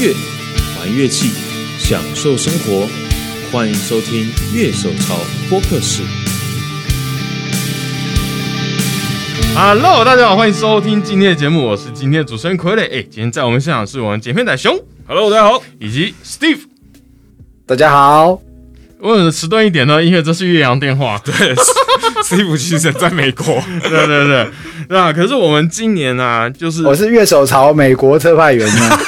乐、玩乐器、享受生活，欢迎收听《乐手潮播客室》。 Hello，大家好，欢迎收听今天的节目，我是今天的主持人傀儡。哎、今天在我们现场是我们剪片仔熊，Hello，大家好，以及 Steve。大家好，为什么迟钝一点呢？因为这是岳阳电话。 对 Steve 其实在美国，对对对，那可是我们今年啊，就是我是乐手潮美国特派员呢。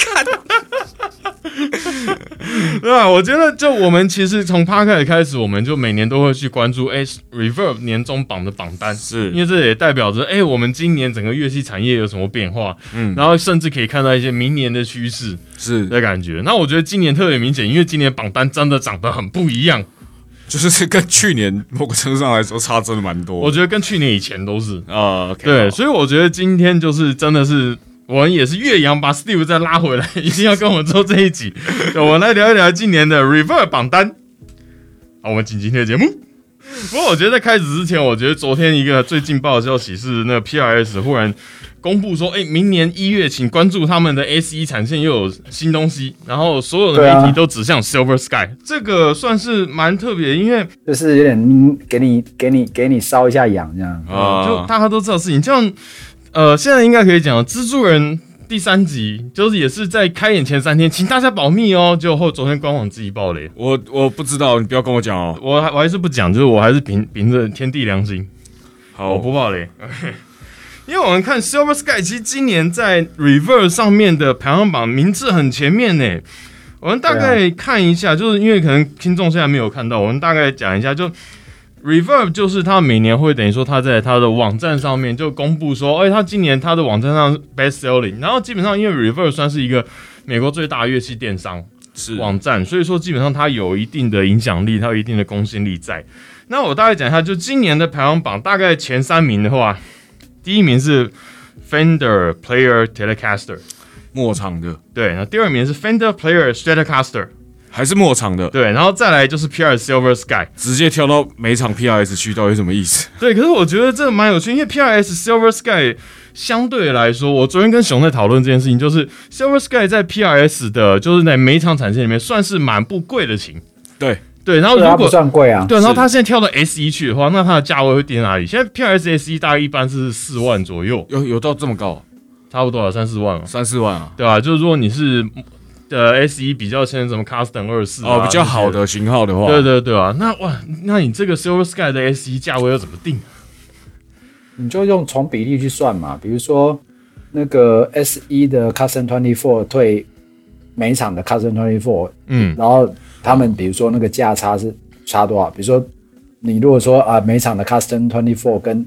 对啊，我觉得就我们其实从 p a r k 开始，我们就每年都会去关注哎、Reverb 年终榜的榜单，是因为这也代表着哎、我们今年整个乐器产业有什么变化，嗯，然后甚至可以看到一些明年的趋势是的感觉。那我觉得今年特别明显，因为今年榜单真的长得很不一样，就是 跟去年某个程度上来说差真的蛮多。我觉得跟去年以前都是。啊、o k 对，所以我觉得今天就是真的是。我们也是岳阳把 Steve 再拉回来，一定要跟我们做这一 集。对我们来聊一聊今年的 Reverb 榜单。好，我们进今天的节目。不过我觉得在开始之前，我觉得昨天一个最劲爆的消息是，那个 PRS 忽然公布说，哎、明年一月请关注他们的 S 一产线又有新东西，然后所有的对啊媒体都指向 Silver Sky，、这个算是蛮特别，因为就是有点嗯给你给你给你烧一下痒这样。啊、就大家都知道事情。这样，呃，现在应该可以讲了，蜘蛛人第三集就是也是在开演前三天，请大家保密哦。结果后昨天官网自己爆雷，我我不知道，你不要跟我讲哦。我还我还是不讲，就是我还是凭凭着天地良心，好，我不爆雷。 因为我们看 Silver Sky，其实今年在 Reverse 上面的排行榜名次很前面呢。我们大概看一下，就是因为可能听众现在没有看到，我们大概讲一下，就 Reverb 就是他每年会等于说他在他的网站上面就公布说，哎、他今年他的网站上是 best selling，然后基本上因为 Reverb 算是一个美国最大的乐器电商是网站，所以说基本上它有一定的影响力，它有一定的公信力在。那我大概讲一下，就今年的排行榜大概前三名的话，第一名是 Fender Player Telecaster，末场的，对，然后第二名是 Fender Player Stratocaster，还是末场的，对，然后再来就是 PR Silver Sky，直接跳到每场 PRS 去，到底什么意思？对，可是我觉得这蛮有趣，因为 PRS Silver Sky 相对来说，我昨天跟熊在讨论这件事情，就是 Silver Sky 在 PRS 的，就是在每一场产线里面算是蛮不贵的琴。对，对，然后对啊，如不果算贵啊。对，然后他现在跳到 S E 一去的话，那它的价位会跌哪里？现在 PRS S 一大概一般是四万左右，有有到这么高，啊差不多啊了三四万嘛，三四万啊？对吧、就是如果你是呃 S 一比较现在什么 Custom 二四、啊、哦，比较好的型号的话，对对对啊，那哇，那你这个 Silver Sky 的 S 一价位要怎么定？啊你就用从比例去算嘛，比如说那个 S 一的 Custom Twenty Four 退每一场的 Custom Twenty Four，嗯，然后他们比如说那个价差是差多少？比如说你如果说啊每一场的 Custom Twenty Four 跟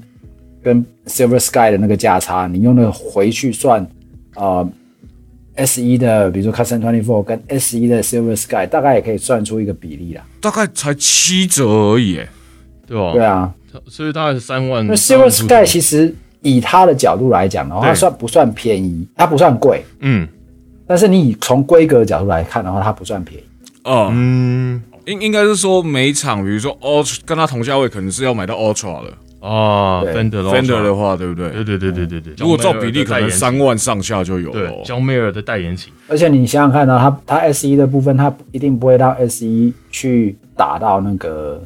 跟 Silver Sky 的那个价差，你用那个回去算啊。S 一的，比如说 Custom Twenty Four 跟 S E 一的 Silver Sky，大概也可以算出一个比例啦。大概才七折而已耶。对吧、对啊，所以大嗯概是三万。那三万 Silver 出 Sky 头其实以它的角度来讲的话，它对算不算便宜？它不算贵，嗯但是你以从规格的角度来看的话，它不算便宜。哦、嗯应应该是说每场，比如说 Ultra 跟它同价位，可能是要买到 Ultra 了啊对，Fender 咯 Fender 的话，对不对？对对对对对对，如果照比例，江可妹儿的代能言三万上下就有了对哦。江妹儿的代言琴，而且你想想看呢、它它 S E 一的部分，它一定不会让 S 一去打到那个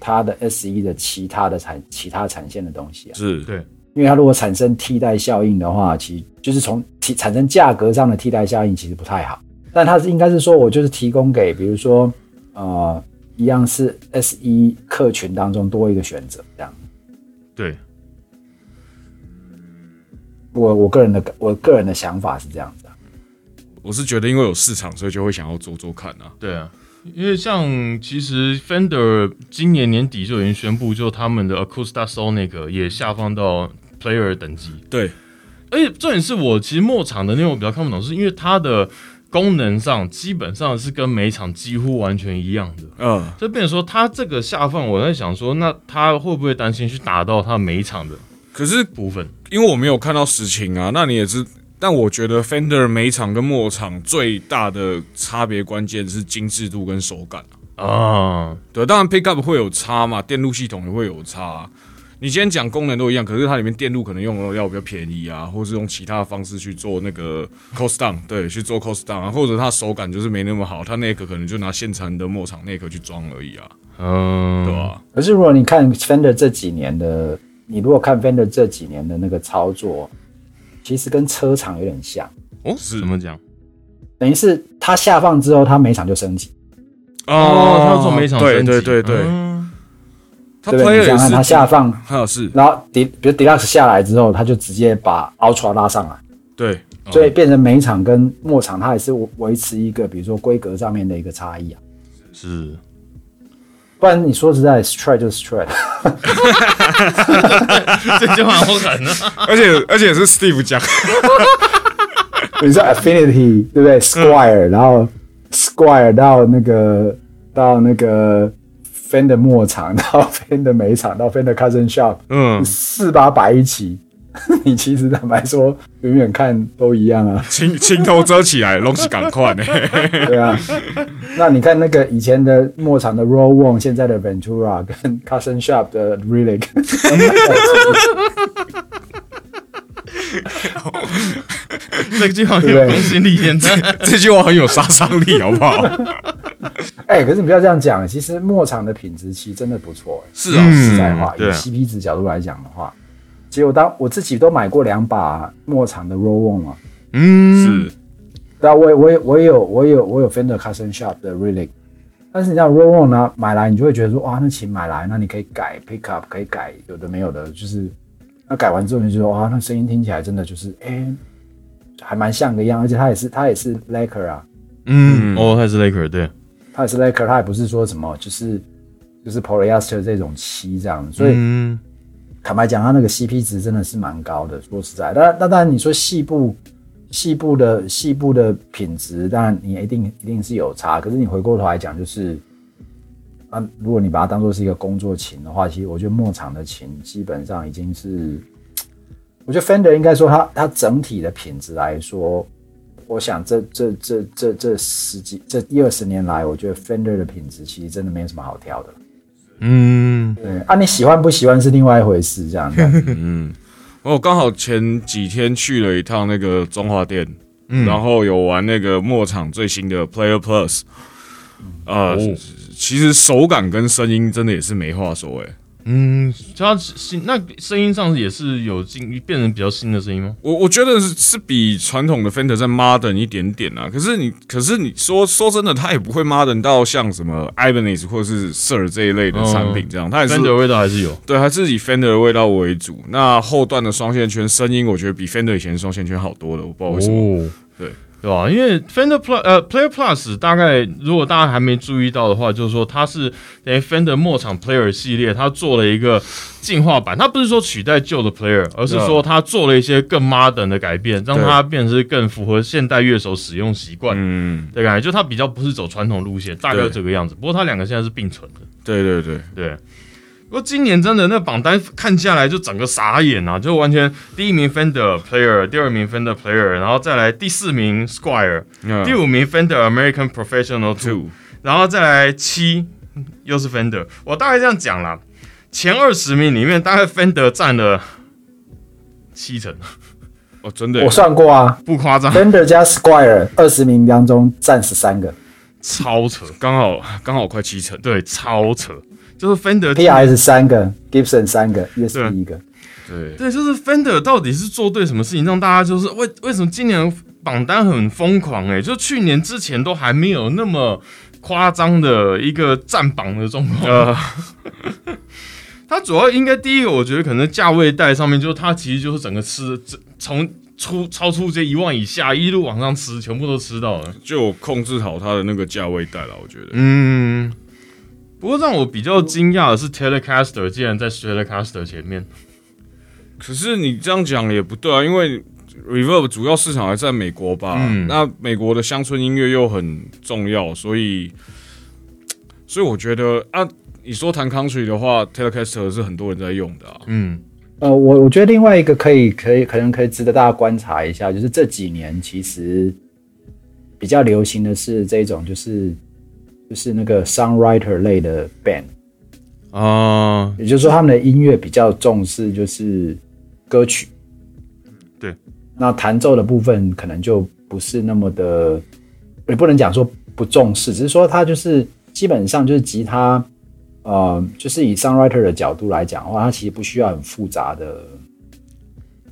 它的 S E 一的其他的产其他产线的东西啊。是，对因为它如果产生替代效应的话，其实就是从其产生价格上的替代效应，其实不太好。但它是应该是说我就是提供给，比如说呃，一样是 S 一客群当中多一个选择这样。对，我我个人的我个人的想法是这样子啊、我是觉得因为有市场，所以就会想要做做看啊。对啊，因为像其实 Fender 今年年底就已经宣布，就他们的 Acoustic Sonic 也下放到 Player 等级。对，而且重点是我其实末场的那种我比较看不懂，是因为它的功能上基本上是跟每一场几乎完全一样的。嗯，就变成说，它这个下放，我在想说，那他会不会担心去打到他每一场的可是部分？因为我没有看到实情啊，那你也知，但我觉得 Fender 每场跟末场最大的差别关键是精致度跟手感啊、啊，对，当然 Pickup 会有差嘛，电路系统也会有差啊、你今天讲功能都一样，可是它里面电路可能用的料比较便宜啊，或是用其他的方式去做那个 cost down，对，去做 cost down，啊或者它手感就是没那么好，它内壳可能就拿现成的墨厂内壳去装而已啊，嗯，对啊吧、可是如果你看 Fender 这几年的，你如果看 Fender 这几年的那个操作，其实跟车厂有点像，哦，是怎么讲？等于是它下放之后，它每场就升级，哦，他要做每场对升级对对对，嗯它对不对？ player 你想想也是看，它下放，还有是，然后 D 比如 Deluxe 下来之后，它就直接把 Ultra 拉上来，对，所以变成每场跟末场它也是维持一个，比如说规格上面的一个差异啊。是 不然你说实在，Strat 就是 Strat，这句话好狠啊！而且而且是 Steve 讲，你说 Affinity 对不对？Squire，、然后 Squire 到那个到那个 Fender 末场， 到 Fender 每场，到 Fender Cousin Shop，嗯，四八百一起， 你其实坦白说，远远看都一样啊，情情头遮起来，龙是赶快呢， 对啊。那你看那个以前的末场的 Roll One，现在的 Ventura 跟 Cousin Shop 的 Relic， 这句话有公信力，现在这句话很有杀伤力，好不好？哎、可是你不要这样讲，其实末场的品质其实真的不错、哎是啊，实在话，以对啊 CP 值角度来讲的话，其实我当我自己都买过两把末场的啊 Roll One 嘛， 嗯，是，对啊，我也我也我也有我也有我有 Fender Custom Shop 的 Relic，但是你知道 Roll On 呢，买来你就会觉得说，哇，那琴买来，那你可以改 Pickup，可以改有的没有的，就是那改完之后你就说，哇，那声音听起来真的就是，哎、还蛮像个样，而且它也是它也是 Laker 啊，嗯，哦，他是 Laker，对，它也是 Laker，它也不是说什么就是就是 Polyester 这种漆这样，所以嗯，坦白讲，它那个 CP 值真的是蛮高的。说实在，那那当然你说细部细部的细部的品质，当然你一定一定是有差。可是你回过头来讲，就是啊，如果你把它当做是一个工作琴的话，其实我觉得牧场的琴基本上已经是，我觉得 Fender 应该说它它整体的品质来说，我想这这这这这十几这一二十年来，我觉得 Fender 的品质其实真的没有什么好挑的。嗯，对啊，你喜欢不喜欢是另外一回事，这样 子。啊我哦刚好前几天去了一趟那个中华店，嗯然后有玩那个末场最新的 Player Plus，呃，哦其实手感跟声音真的也是没话说诶、嗯，他新那声音上也是有进变成比较新的声音吗？我我觉得是是比传统的 Fender 再 modern 一点点啊。可是你，可是你说说真的，它也不会 modern 到像什么 Ibanez 或者是 Sir 这一类的产品这样，它也是三的味道还是有，对，还是以 Fender 的味道为主。那后段的双线圈声音，我觉得比 Fender 以前的双线圈好多了，我不知道为什么。哦，对对吧？因为 Fender Plus 呃 Player Plus 大概如果大家还没注意到的话，就是说它是等于 Fender 末场 Player 系列，它做了一个进化版。它不是说取代旧的 Player，而是说它做了一些更 modern 的改变，让它变成是更符合现代乐手使用习惯嗯，的感觉。就它比较不是走传统路线，大概对就这个样子。不过它两个现在是并存的。对对对，对。不过今年真的那榜单看下来就整个傻眼啊，就完全第一名 Fender Player，第二名 Fender Player，然后再来第四名 Squire，、嗯第五名 Fender American Professional Two， two 然后再来七又是 Fender。我大概这样讲啦，前二十名里面大概 Fender 占了七成，哦，真的耶我算过啊不夸张， ，Fender 加 Squire 二十名当中占十三个超扯，刚好刚好快七成，对，超扯，就是 Fender ，PRS 三个，Gibson 三个对啊，ESP 一个。对，对，就是 Fender 到底是做对什么事情，让大家就是为为什么今年榜单很疯狂诶、就去年之前都还没有那么夸张的一个占榜的状况。 它主要应该第一个，我觉得可能价位带上面，就是它其实就是整个吃这从出超出这一万以下一路往上吃，全部都吃到了。就有控制好它的那个价位带了，我觉得。嗯，不过让我比较惊讶的是，Telecaster 竟然在 Stratocaster 前面。可是你这样讲也不对啊，因为 Reverb 主要市场还在美国吧？嗯那美国的乡村音乐又很重要，所以，所以我觉得啊，你说弹 Country 的话，Telecaster 是很多人在用的啊。嗯呃，我我觉得另外一个可以可以可能可以值得大家观察一下，就是这几年其实比较流行的是这种就是就是那个 songwriter 类的 band，啊，嗯也就是说他们的音乐比较重视就是歌曲，对，那弹奏的部分可能就不是那么的，也不能讲说不重视，只是说他就是基本上就是吉他，呃，就是以 songwriter 的角度来讲的话，他其实不需要很复杂的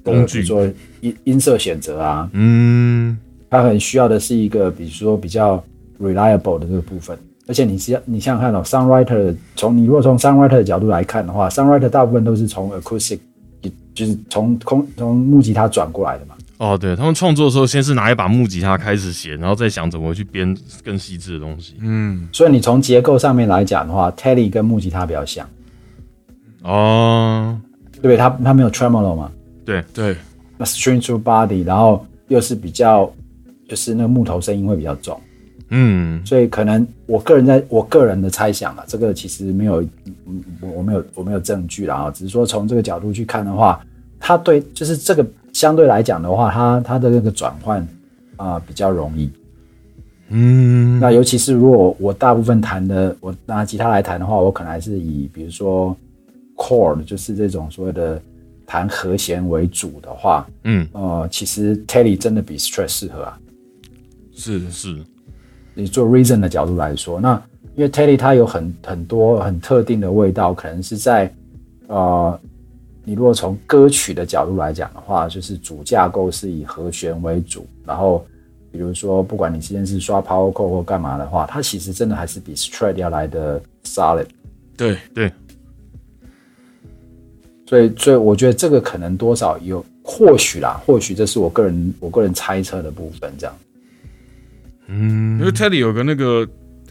工具比如说音音色选择啊，嗯，他很需要的是一个，比如说比较 reliable 的这个部分。而且你是你想想看哦，songwriter 从你如果从 songwriter 的角度来看的话，songwriter 大部分都是从 acoustic，就是从空从木吉他转过来的嘛。哦，对他们创作的时候，先是拿一把木吉他开始写，然后再想怎么去编更细致的东西。嗯，所以你从结构上面来讲的话，Teddy 跟木吉他比较像，哦，对不对？他他没有 tremolo 嘛，对，那 string through body，然后又是比较就是那个木头声音会比较重。嗯，所以可能我个人在我个人的猜想啊，这个其实没有，嗯我我没有我没有证据啦啊，只是说从这个角度去看的话，它对就是这个相对来讲的话，它它的那个转换啊、比较容易。嗯，那尤其是如果我大部分弹的，我拿吉他来弹的话，我可能还是以比如说 chord，就是这种所谓的弹和弦为主的话，嗯，呃，其实 Teddy 真的比 Stress 适合啊。是是，你做 reason 的角度来说，那因为 Teddy 它有很很多很特定的味道，可能是在呃，你如果从歌曲的角度来讲的话，就是主架构是以和弦为主，然后比如说不管你之前是刷 power chord 或干嘛的话，它其实真的还是比 straight 要来的 solid，对，对，所以所以我觉得这个可能多少有或许啦，或许这是我个人我个人猜测的部分，这样嗯因为 Teddy 有个那个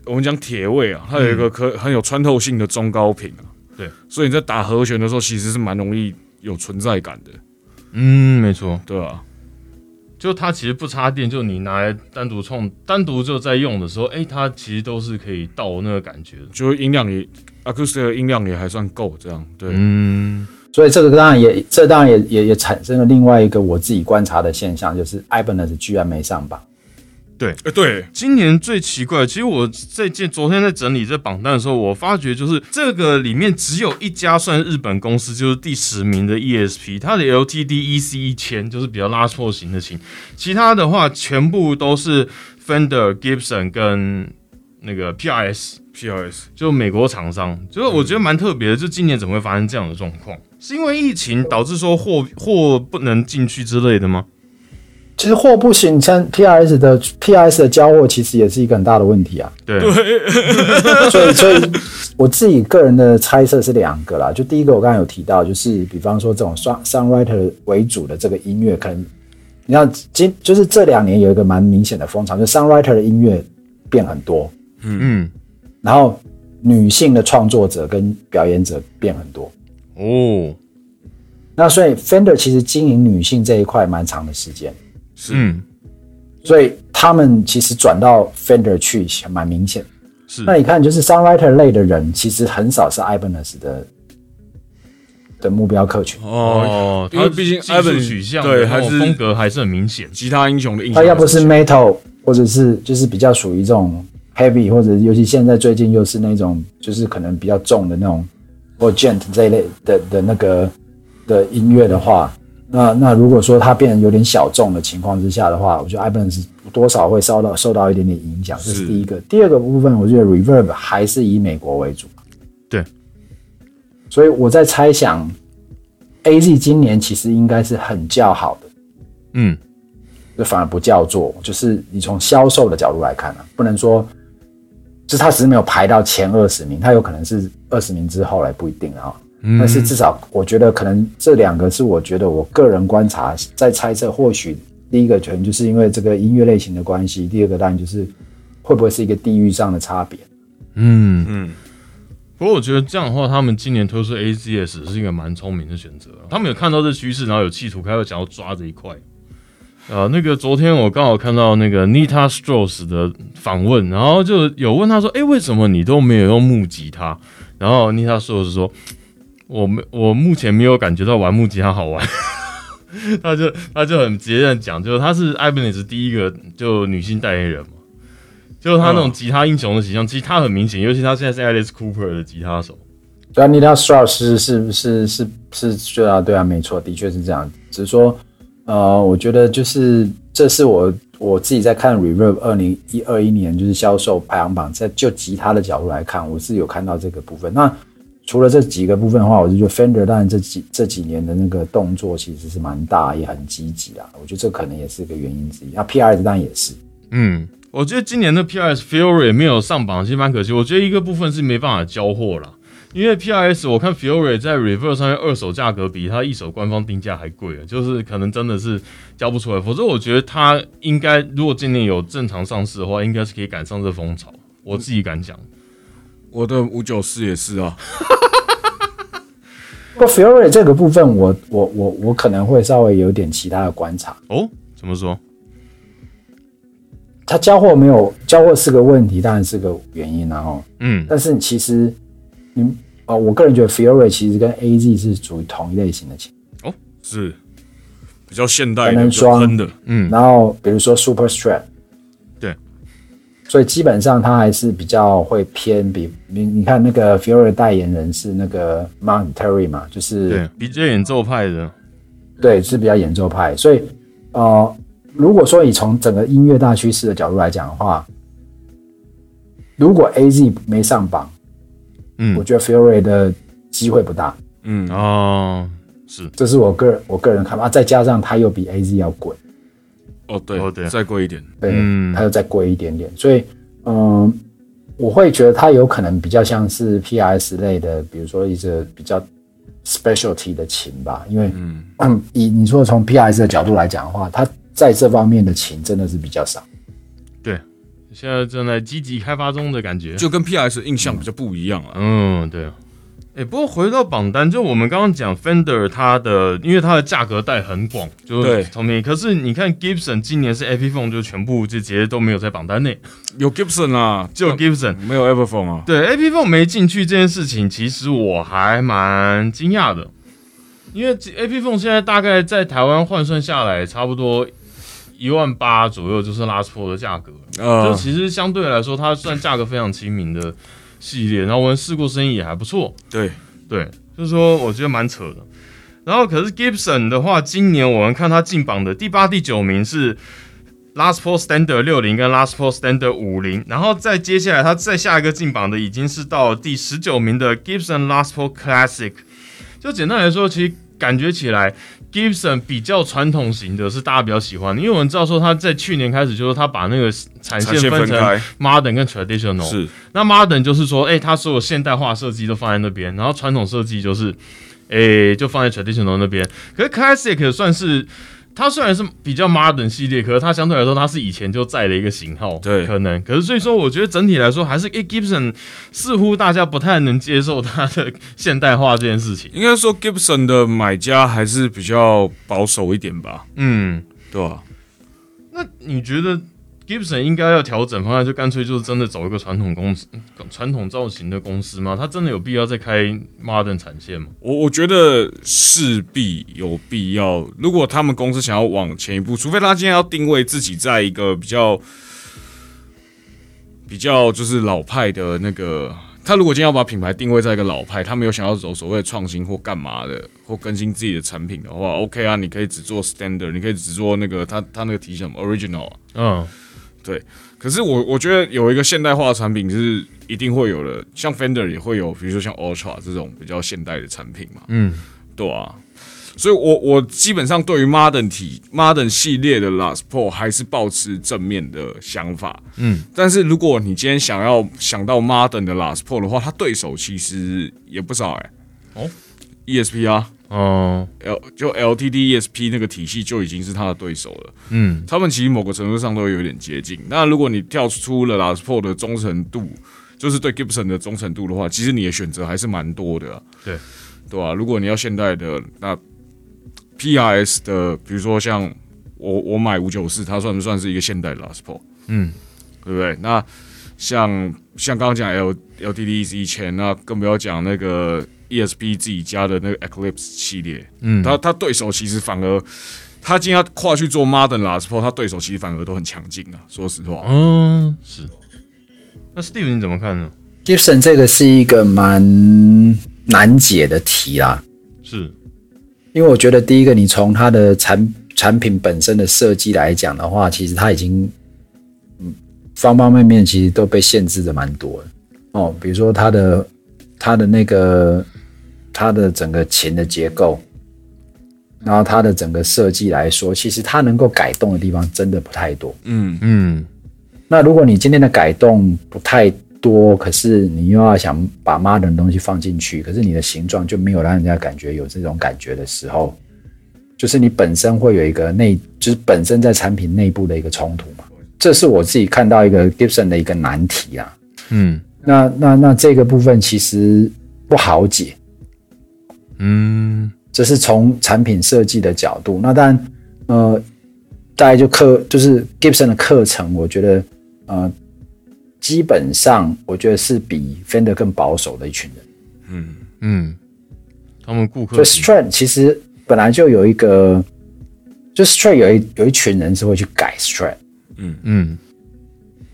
我们讲铁味啊，它有一个可很有穿透性的中高频啊，嗯对，所以你在打和弦的时候其实是蛮容易有存在感的，嗯，没错，对啊，就它其实不插电，就你拿来单独创、单独就在用的时候，哎、它其实都是可以到那个感觉的。就是音量也 acoustic 的音量也还算够，这样对，嗯，所以这个当然也，这当然也也也产生了另外一个我自己观察的现象，就是 Ibanez 居然没上榜。呃对，今年最奇怪的，其实我在见昨天在整理这榜单的时候，我发觉就是这个里面只有一家算日本公司，就是第十名的 ESP，它的 LTD EC E 一千就是比较拉错型的琴，其他的话全部都是 Fender、Gibson 跟那个 PRS。 PRS 就美国厂商，就是我觉得蛮特别的，就今年怎么会发生这样的状况？是因为疫情导致说货货不能进去之类的吗？其实货不行，像 PRS 的 PRS 的交货其实也是一个很大的问题 啊。对，所以，所以我自己个人的猜测是两个啦。就第一个，我刚才有提到，就是比方说这种 song songwriter 为主的这个音乐，可能你看今就是这两年有一个蛮明显的风潮，就 songwriter 的音乐变很多，嗯，然后女性的创作者跟表演者变很多。哦，那所以 Fender 其实经营女性这一块蛮长的时间，嗯，所以他们其实转到 Fender 去蛮明显。是那你看，就是 songwriter 类的人，其实很少是 Ibanez 的的目标客群。哦，因为它毕竟技术 Ivan- 取向对然后还是风格还是很明显。吉他英雄的印他象，啊要不是 metal，或者是就是比较属于这种 heavy，或者尤其现在最近又是那种就是可能比较重的那种或 gent 这一类的的那个的音乐的话，那那如果说它变得有点小众的情况之下的话，我觉得 Ibanez 是多少会受到受到一点点影响，这是是第一个。第二个部分，我觉得 reverb 还是以美国为主，对，所以我在猜想，AZ 今年其实应该是很较好的。嗯，这反而不叫做，就是你从销售的角度来看啊，不能说，就是它只是没有排到前二十名，它有可能是二十名之后来不一定啊。但是至少我觉得可能这两个是我觉得我个人观察在猜测，或许第一个可能就是因为这个音乐类型的关系，第二个当然就是会不会是一个地域上的差别。嗯嗯。不过我觉得这样的话，他们今年推出 AZS 是一个蛮聪明的选择啊。他们有看到这趋势，然后有企图，开会想要抓这一块。呃，那个昨天我刚好看到那个 Nita Strauss 的访问，然后就有问他说：“诶，为什么你都没有用木吉他？”然后 Nita Strauss 说：“我没，我目前没有感觉到玩木吉他好玩。” 他就他就很直接的讲，就是他是 Ibanez 第一个就女性代言人嘛，就是他那种吉他英雄的形象，其实他很明显，尤其他现在是 Alice Cooper 的吉他手，对啊，你到 Strauss 是是是是是是啊，对啊，没错，的确是这样。只是说，呃，我觉得就是这是我我自己在看 Reverb 二零一二一年就是销售排行榜，在就吉他的角度来看，我是有看到这个部分。那除了这几个部分的话，我就觉得 Fender 当然这几这几年的那个动作其实是蛮大，也很积极啊。我觉得这可能也是一个原因之一。那 PR 当然也是，嗯，我觉得今年的 PRS Fury 没有上榜，其实蛮可惜。我觉得一个部分是没办法交货啦，因为 PRS 我看 Fury 在 Reverse 上面二手价格比它一手官方定价还贵了，就是可能真的是交不出来。否则我觉得它应该，如果今年有正常上市的话，应该是可以赶上这风潮。我自己敢讲，我的五九四也是啊，不过 Fury 这个部分我，我我我可能会稍微有点其他的观察。哦，怎么说？它交货没有交货是个问题，当然是个原因然、啊、后，嗯但是其实你啊、呃我个人觉得 Fury 其实跟 AZ 是属于同一类型的琴。是比较现代可的、能比较双喷的，嗯，然后比如说 Super Strap，对，所以基本上它还是比较会偏比你你看那个 Fury 代言人是那个 Mount Terry 嘛，就是对，比较演奏派的，对，是比较演奏派。所以，呃，如果说以从整个音乐大趋势的角度来讲的话，如果 A Z 没上榜，嗯我觉得 Fury 的机会不大，嗯，哦，是，这是我个人我个人看法。啊再加上它又比 A Z 要贵，哦哦对对，再贵一点，对，嗯它又再贵一点点，所以，嗯、我会觉得它有可能比较像是 P R S 类的，比如说一些比较 specialty 的琴吧，因为，嗯， 以你说从 P R S 的角度来讲的话，它在这方面的琴真的是比较少。对，现在正在积极开发中的感觉。就跟 PS 印象比较不一样啊了。嗯，对。哎、不过回到榜单，就我们刚刚讲 Fender 它的，因为它的价格带很广，就是对聪明。可是你看 Gibson 今年是 Epiphone 就全部就直接都没有在榜单内，有 Gibson 啊，只有 Gibson。没有 Epiphone 啊，对 Epiphone 没进去这件事情，其实我还蛮惊讶的，因为 Epiphone 现在大概在台湾换算下来，差不多一万八左右，就是拉出的价格。就呃，其实相对来说，它算价格非常亲民的系列，然后我们试过生意也还不错。对，对，就是说我觉得蛮扯的。然后可是 Gibson 的话，今年我们看它进榜的第八、第九名是 Last Paul Standard 六零跟 Last Paul Standard 五零，然后再接下来它再下一个进榜的已经是到第十九名的 Gibson Last Paul Classic。就简单来说，其实感觉起来。Gibson 比较传统型的是大家比较喜欢的，因为我们知道说他在去年开始就是他把那个产产线线分分成开 modern 跟 traditional，是那 modern 就是说，哎、它所有现代化设计都放在那边，然后传统设计就是，哎、就放在 traditional 那边。可是 classic 算是它虽然是比较 modern 系列，可是它相对来说它是以前就在的一个型号，对可能。可是所以说，我觉得整体来说还是，哎、g i b s o n 似乎大家不太能接受它的现代化这件事情。应该说 Gibson 的买家还是比较保守一点吧，嗯，对吧？那你觉得 Gibson 应该要调整方向，就干脆就是真的走一个传统公司、传统造型的公司吗？它真的有必要再开 modern 产线吗？我我觉得势必有必要。如果他们公司想要往前一步，除非他今天要定位自己在一个比较比较就是老派的那个，他如果今天要把品牌定位在一个老派，他没有想要走所谓的创新或干嘛的，或更新自己的产品的话，OK 啊，你可以只做 standard，你可以只做那个他他那个提醒什么 original 啊。嗯。可是我我觉得有一个现代化的产品是一定会有的，像 Fender 也会有，比如说像 Ultra 这种比较现代的产品嘛。嗯，对啊，所以我我基本上对于 Modern 体 Modern 系列的 Last Pro 还是保持正面的想法。嗯，但是如果你今天想要想到 Modern 的 Last Pro 的话，它对手其实也不少哎、哦，ESP 啊。哦， L 就 LTD ESP 那个体系就已经是它的对手了，嗯他们其实某个程度上都有点接近。那如果你跳出了 Last Pro 的忠诚度，就是对 Gibson 的忠诚度的话，其实你的选择还是蛮多的啊、对对吧、如果你要现代的，那 PRS 的，比如说像我我买五九四，它算不算是一个现代的 Last Pro？嗯，对不对？那像像刚刚讲 L LTD 是一千，那更不要讲那个 ESP 自己家的那个 Eclipse 系列，嗯他他对手其实反而他今天要跨去做 Modern Last Pro，他对手其实反而都很强劲啊。说实话，嗯，是。那 Steve 你怎么看呢？ Gibson 这个是一个蛮难解的题啦，是因为我觉得第一个，你从它的产产品本身的设计来讲的话，其实它已经，嗯，方方面面其实都被限制的蛮多的哦。比如说它的它的那个它的整个琴的结构，然后它的整个设计来说，其实它能够改动的地方真的不太多。嗯，嗯那如果你今天的改动不太多，可是你又要想把 modern 的东西放进去，可是你的形状就没有让人家感觉有这种感觉的时候，就是你本身会有一个内，就是本身在产品内部的一个冲突嘛。这是我自己看到一个 Gibson 的一个难题啊。嗯那那那这个部分其实不好解，嗯这是从产品设计的角度。那当然，呃，大概就课就是 Gibson 的课程，我觉得呃，基本上我觉得是比 Fender 更保守的一群人。嗯，他们顾所嗯客以 Strat 其实本来就有一个，就 Strat 有一有一群人是会去改 Strat，嗯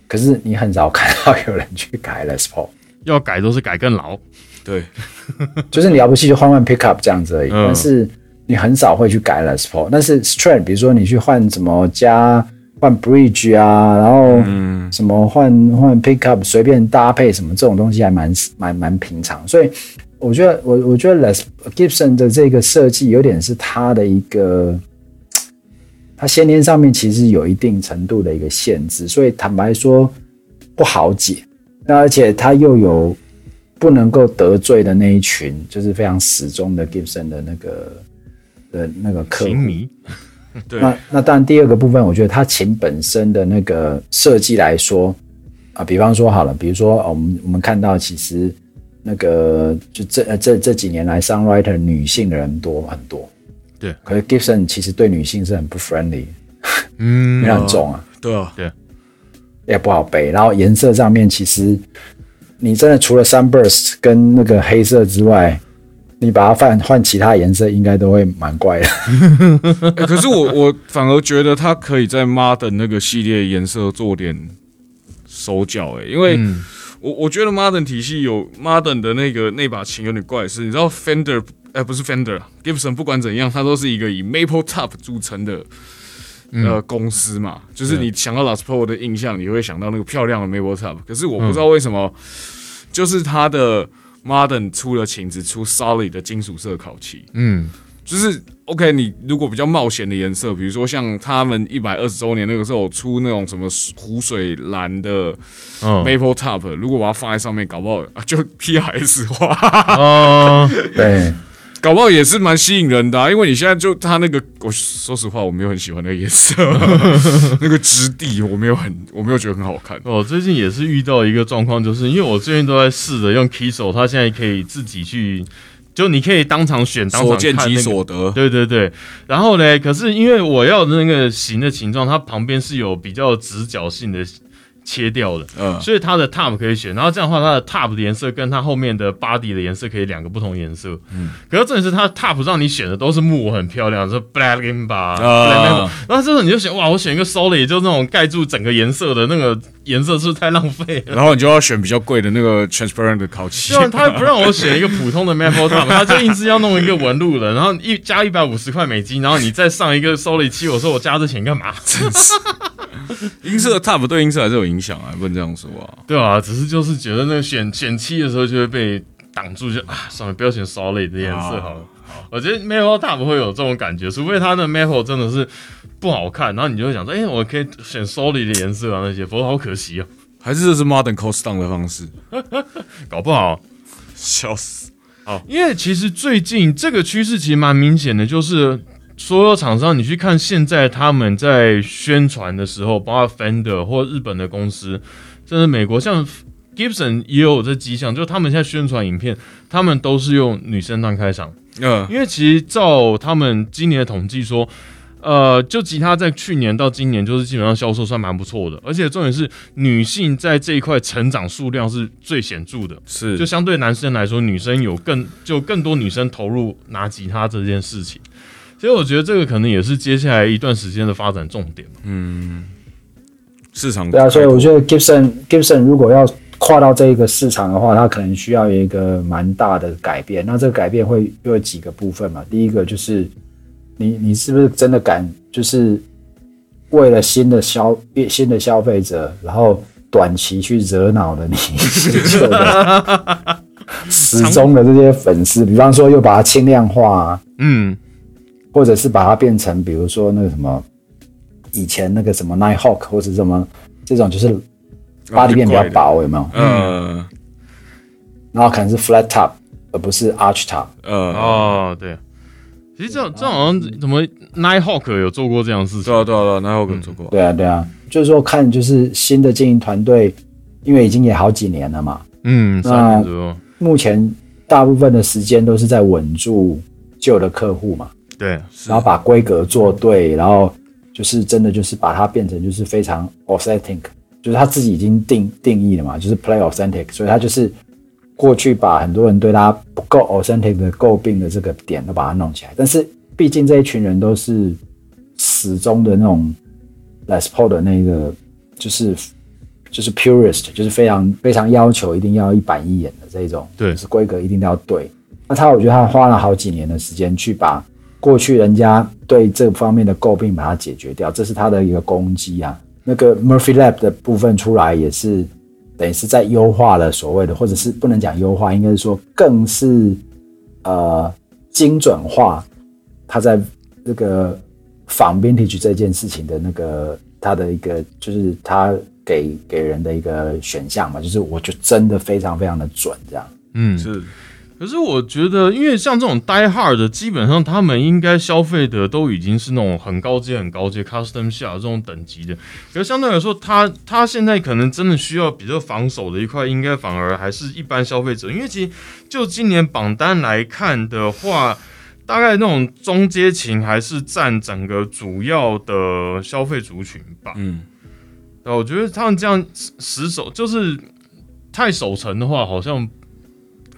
可是你很少看到有人去改 Les Paul，要改都是改更牢，对，就是你了不起就换换 Pickup 这样子而已，嗯但是你很少会去改 Les Paul。但是 Strat，比如说你去换什么加换 Bridge 啊，然后。嗯，什么换换 pickup 随便搭配什么这种东西还蛮蛮蛮平常，所以我觉得我我觉得 Les Gibson 的这个设计有点是它的一个，它先天上面其实有一定程度的一个限制，所以坦白说不好解。那而且它又有不能够得罪的那一群，就是非常死忠的 Gibson 的那个的那个客户情，迷，对那那当然，第二个部分，我觉得它琴本身的那个设计来说，啊，比方说好了，比如说、呃我们我们看到其实那个就这呃这这几年来，songwriter 女性的人多很多，对。可是 Gibson 其实对女性是很不 friendly，嗯因为很重啊，对啊，对，也不好背。然后颜色上面，其实你真的除了 sunburst 跟那个黑色之外，你把它换换其他颜色，应该都会蛮怪的。 欸可是我我反而觉得他可以在 Modern 那个系列颜色做点手脚，哎，因为我我觉得 Modern 体系有 Modern 的那个那把琴有点怪，是你知道 Fender，哎，不是 Fender，Gibson 不管怎样，它都是一个以 Maple Top 著称的。呃，公司嘛，就是你想到 Las Pro 的印象，你会想到那个漂亮的 Maple Top。可是我不知道为什么，就是它的 Modern 出了琴只出 Solid 的金属色烤漆，嗯就是 OK，你如果比较冒险的颜色，比如说像他们一百二十周年那个时候出那种什么湖水蓝的嗯 Maple Top，、如果把它放在上面，搞不好啊就 PS 化，哦， 对，搞不好也是蛮吸引人的、啊。因为你现在就它那个，我说实话，我没有很喜欢那个颜 色，那个质地我没有很，我没有觉得很好看。我哦最近也是遇到一个状况，就是因为我最近都在试着用 Key 手，它现在可以自己去，就你可以当场选，当所场见看即那个所得，对对对，然后呢？可是因为我要的那个形的形状，它旁边是有比较直角性的切掉的，嗯所以它的 top 可以选。然后这样的话，它的 top 的颜色跟它后面的 body 的颜色可以两个不同颜色。嗯，可是重点是它 top 让你选的都是木纹很漂亮，是 black and b a 啊然后这时候你就选哇，我选一个 solid，也就那种盖住整个颜色的那个颜色，是不是太浪费了？然后你就要选比较贵的那个 transparent 的烤漆就，然他不让我选一个普通的 Maple Top，他 就硬是要弄一个纹路的，然后一加一百五十块美金，然后你再上一个 Soli 七，我说我加这钱干嘛？ 音色 top 对音色还是有影响啊，不能这样说啊。对啊，只是就是觉得那个选选七的时候就会被挡住，就啊算了，不要选 Soli 的颜色好了。我觉得 Maple Top 会有这种感觉，除非它的 Maple 真的是不好看，然后你就会想说，哎、我可以选 Soli 的颜色啊那些，不过好可惜哦，还是这是 modern cost down 的方式，搞不好笑死！因为其实最近这个趋势其实蛮明显的，就是所有厂商，你去看现在他们在宣传的时候，包括 Fender 或日本的公司，甚至美国，像 Gibson 也有这迹象，就他们现在宣传影片，他们都是用女生当开场，嗯、因为其实照他们今年的统计说。呃，就吉他在去年到今年，就是基本上销售算蛮不错的，而且重点是女性在这一块成长数量是最显著的。是就相对男生来说，女生有更就更多女生投入拿吉他这件事情，所以我觉得这个可能也是接下来一段时间的发展重点嘛。市场对啊，所以我得觉得 Gibson Gibson 如果要跨到这一个市场的话，它可能需要一个蛮大的改变。那这个改变会又有几个部分嘛？第一个就是你你是不是真的敢，就是为了新的消新的消费者，然后短期去惹恼了你 这个时钟的这些粉丝，比方说又把它轻量化、啊，嗯，或者是把它变成，比如说那个什么，以前那个什么 Night Hawk 或者什么这种，就是巴黎变比较薄，有没有？嗯呃然后可能是 Flat Top，而不是 Arch Top。呃，哦，对，其实这种这种好像怎么 Nighthawk 有做过这样的事情对，啊对啊对啊，那我可能做过，对啊，对啊，就是说看就是新的经营团队，因为已经也好几年了嘛，嗯，三年左右，目前大部分的时间都是在稳住旧的客户嘛，对，然后把规格做对，然后就是真的就是把它变成就是非常 authentic，就是他自己已经定定义了嘛，就是 play authentic，所以他就是过去把很多人对他不够 authentic 的诟病的这个点都把它弄起来，但是毕竟这一群人都是始终的那种 Les Paul 的那个就是。就是 purist，就是非常非常要求一定要一板一眼的这种，对就是规格一定要对。那他我觉得他花了好几年的时间去把过去人家对这方面的诟病把它解决掉，这是他的一个攻击啊。那个 Murphy Lab 的部分出来也是等于是在优化了所谓的，或者是不能讲优化，应该是说更是呃精准化他在这个仿 vintage 这件事情的那个他的一个就是他给给人的一个选项嘛，就是我就真的非常非常的准这样。嗯，是可是我觉得，因为像这种 die hard 的，基本上他们应该消费的都已经是那种很高阶、很高阶 custom 下这种等级的。可是相对来说，他他现在可能真的需要比较防守的一块，应该反而还是一般消费者。因为其实就今年榜单来看的话，大概那种中阶琴还是占整个主要的消费族群吧。嗯，对，我觉得他们这样死守，就是太守城的话，好像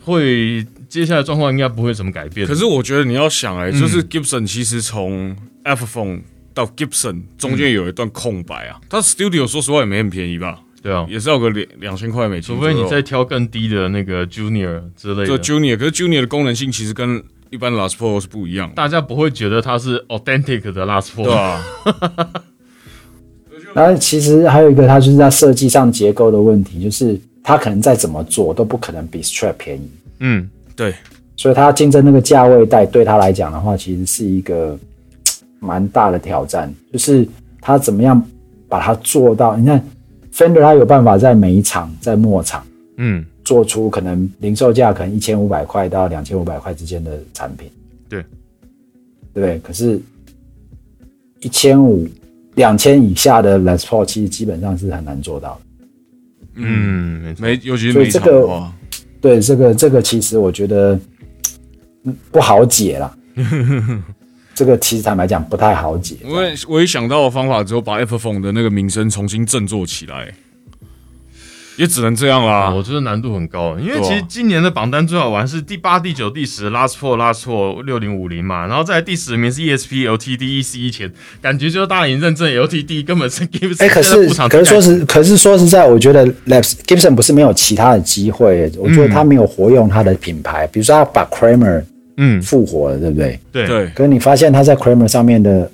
会接下来状况应该不会怎么改变。可是我觉得你要想、嗯哎、就是 Gibson 其实从 F Phone 到 Gibson 中间有一段空白嗯啊，它 Studio 说实话也没很便宜吧，对啊，也是要个两两千块美金除左右，非你再挑更低的那个 Junior 之类就的， Junior，可是 Junior 的功能性其实跟一般 Last Pro 是不一样的，大家不会觉得它是 authentic 的 Last Four。对啊，然后其实还有一个，它就是在设计上结构的问题，就是它可能再怎么做都不可能比 Strap 便宜，嗯，对，所以它竞争那个价位带对它来讲的话，其实是一个蛮大的挑战，就是它怎么样把它做到。你看 Fender 它有办法在每一场在末场嗯，做出可能零售价可能一千五百块到两千五百块之间的产品，对对不对？可是，一千五、两千以下的 Les Paul 其实基本上是很难做到的。嗯，没错，没，尤其是所以没场这个的话，对这个这个，其实我觉得嗯不好 解啦。这个其实坦白讲不太好解，我也我也想到的方法，只有把 F Phone 的那个名声重新振作起来，也只能这样啦。啊我觉得难度很高，因为啊对啊其实今年的榜单最好玩是第八、第九、第十 Last Four、Last Four 六零五零嘛，然后再来第十名是 E ESP、LTD、EC 前，感觉就是大家已经认证 LTD 根本是 Gibson 哎、可现在是布场可是在说实，可是说实在，我觉得 Labs Gibson 不是没有其他的机会，我觉得他没有活用他的品牌，比如说他把 Kramer 嗯，复活了，对不对？对对，可是你发现他在 Kramer 上面的，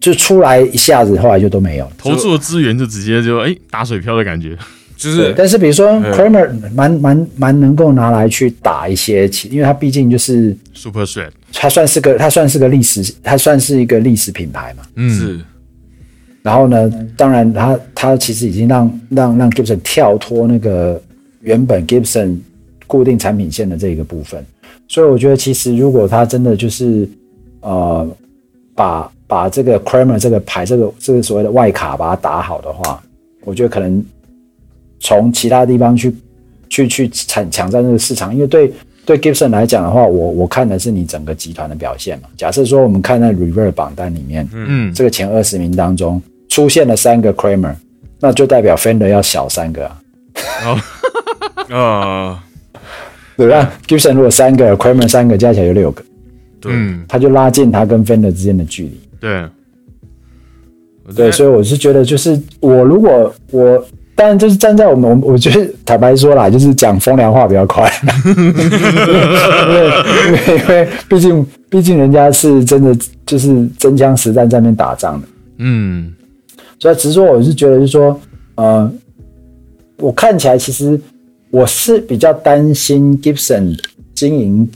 就出来一下子，后来就都没有了。投注的资源就直接就哎、打水漂的感觉。就是但是比如说 Kramer 蛮蛮蛮能够拿来去打一些其，因为他毕竟就是 Super s h r e d 它算是个它算是个历史，它算是一个历史品牌嘛。是然后呢，当然它它其实已经让让让 Gibson 跳脱那个原本 Gibson 固定产品线的这个部分，所以我觉得其实如果它真的就是呃把把这个 Kramer 这个牌这个这个所谓的外卡把它打好的话，我觉得可能从其他地方去去去抢抢占这个市场，因为对对 Gibson 来讲的话，我我看的是你整个集团的表现嘛。假设说我们看在 Reverb 榜单里面，嗯，这个前二十名当中出现了三个 Kramer，那就代表 Fender 要小三个啊，呃，对吧？Gibson 如果三个，Kramer 三个加起来有六个，对嗯，他就拉近他跟 Fender 之间的距离。对，我觉对，得所以我是觉得，就是我如果我当然就是站在我们，我们我觉得坦白说啦，就是讲风凉话比较快，因为因为因为毕竟毕竟人家是真的就是真枪实弹在那边打仗的，嗯所以只是说我是觉得就是说，呃，我看起来其实我是比较担心 Gibson 经营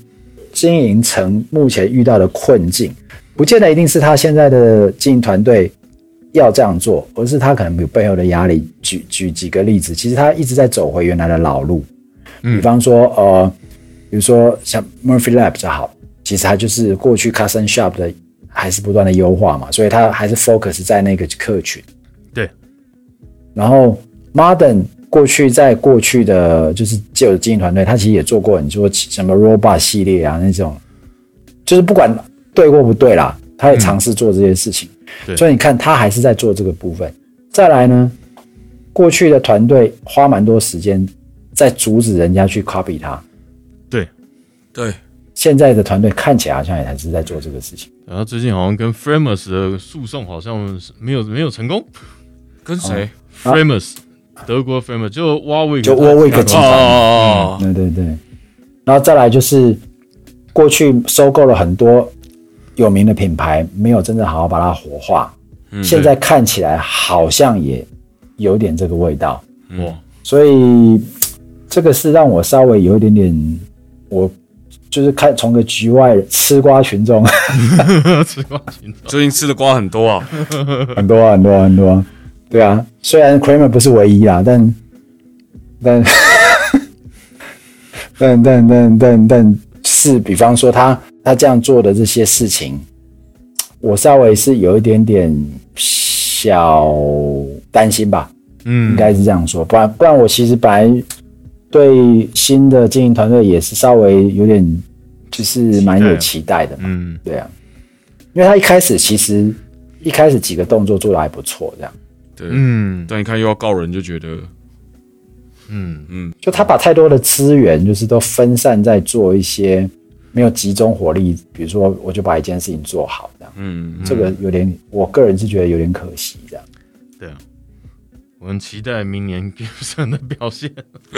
经营层目前遇到的困境，不见得一定是他现在的经营团队要这样做，而是他可能有背后的压力。举举几个例子，其实他一直在走回原来的老路，比方说呃，比如说像 Murphy Lab 比较好，其实它就是过去 Custom Shop 的还是不断的优化嘛，所以它还是 focus 在那个客群。对。然后 Modern 过去在过去的就是旧的经营团队，它其实也做过你说什么 Robot 系列啊那种，就是不管对或不对啦，他也尝试做这些事情。对所以你看，他还是在做这个部分。再来呢，过去的团队花蛮多时间在阻止人家去 copy 他，对，对，现在的团队看起来好像也还是在做这个事情。然后最近好像跟 Framers 的诉讼好像是没有没有成功跟谁？ ，Framers、德国 Framers 就 Warwick 啊就 Warwick 集哦团哦哦对对对，然后再来就是过去收购了很多有名的品牌，没有真正好好把它活化，现在看起来好像也有点这个味道，哇，所以这个是让我稍微有一点点，我就是看从个局外人吃瓜群众吃瓜群众哦，最近吃的瓜很多啊。 很多啊很多啊很多啊，对啊，虽然 Kramer 不是唯一啊，但但 但但但但但是，比方说他他这样做的这些事情，我稍微是有一点点小担心吧，嗯应该是这样说，不然不然我其实本来对新的经营团队也是稍微有点就是蛮有期待的嘛，嗯，对啊，因为他一开始其实一开始几个动作做的还不错，这样对，嗯但一看又要告人，就觉得嗯，就他把太多的资源就是都分散在做一些没有集中火力，比如说我就把一件事情做好这样，嗯，这个有点我个人是觉得有点可惜这样。对啊，我很期待明年 Gibson 的表现。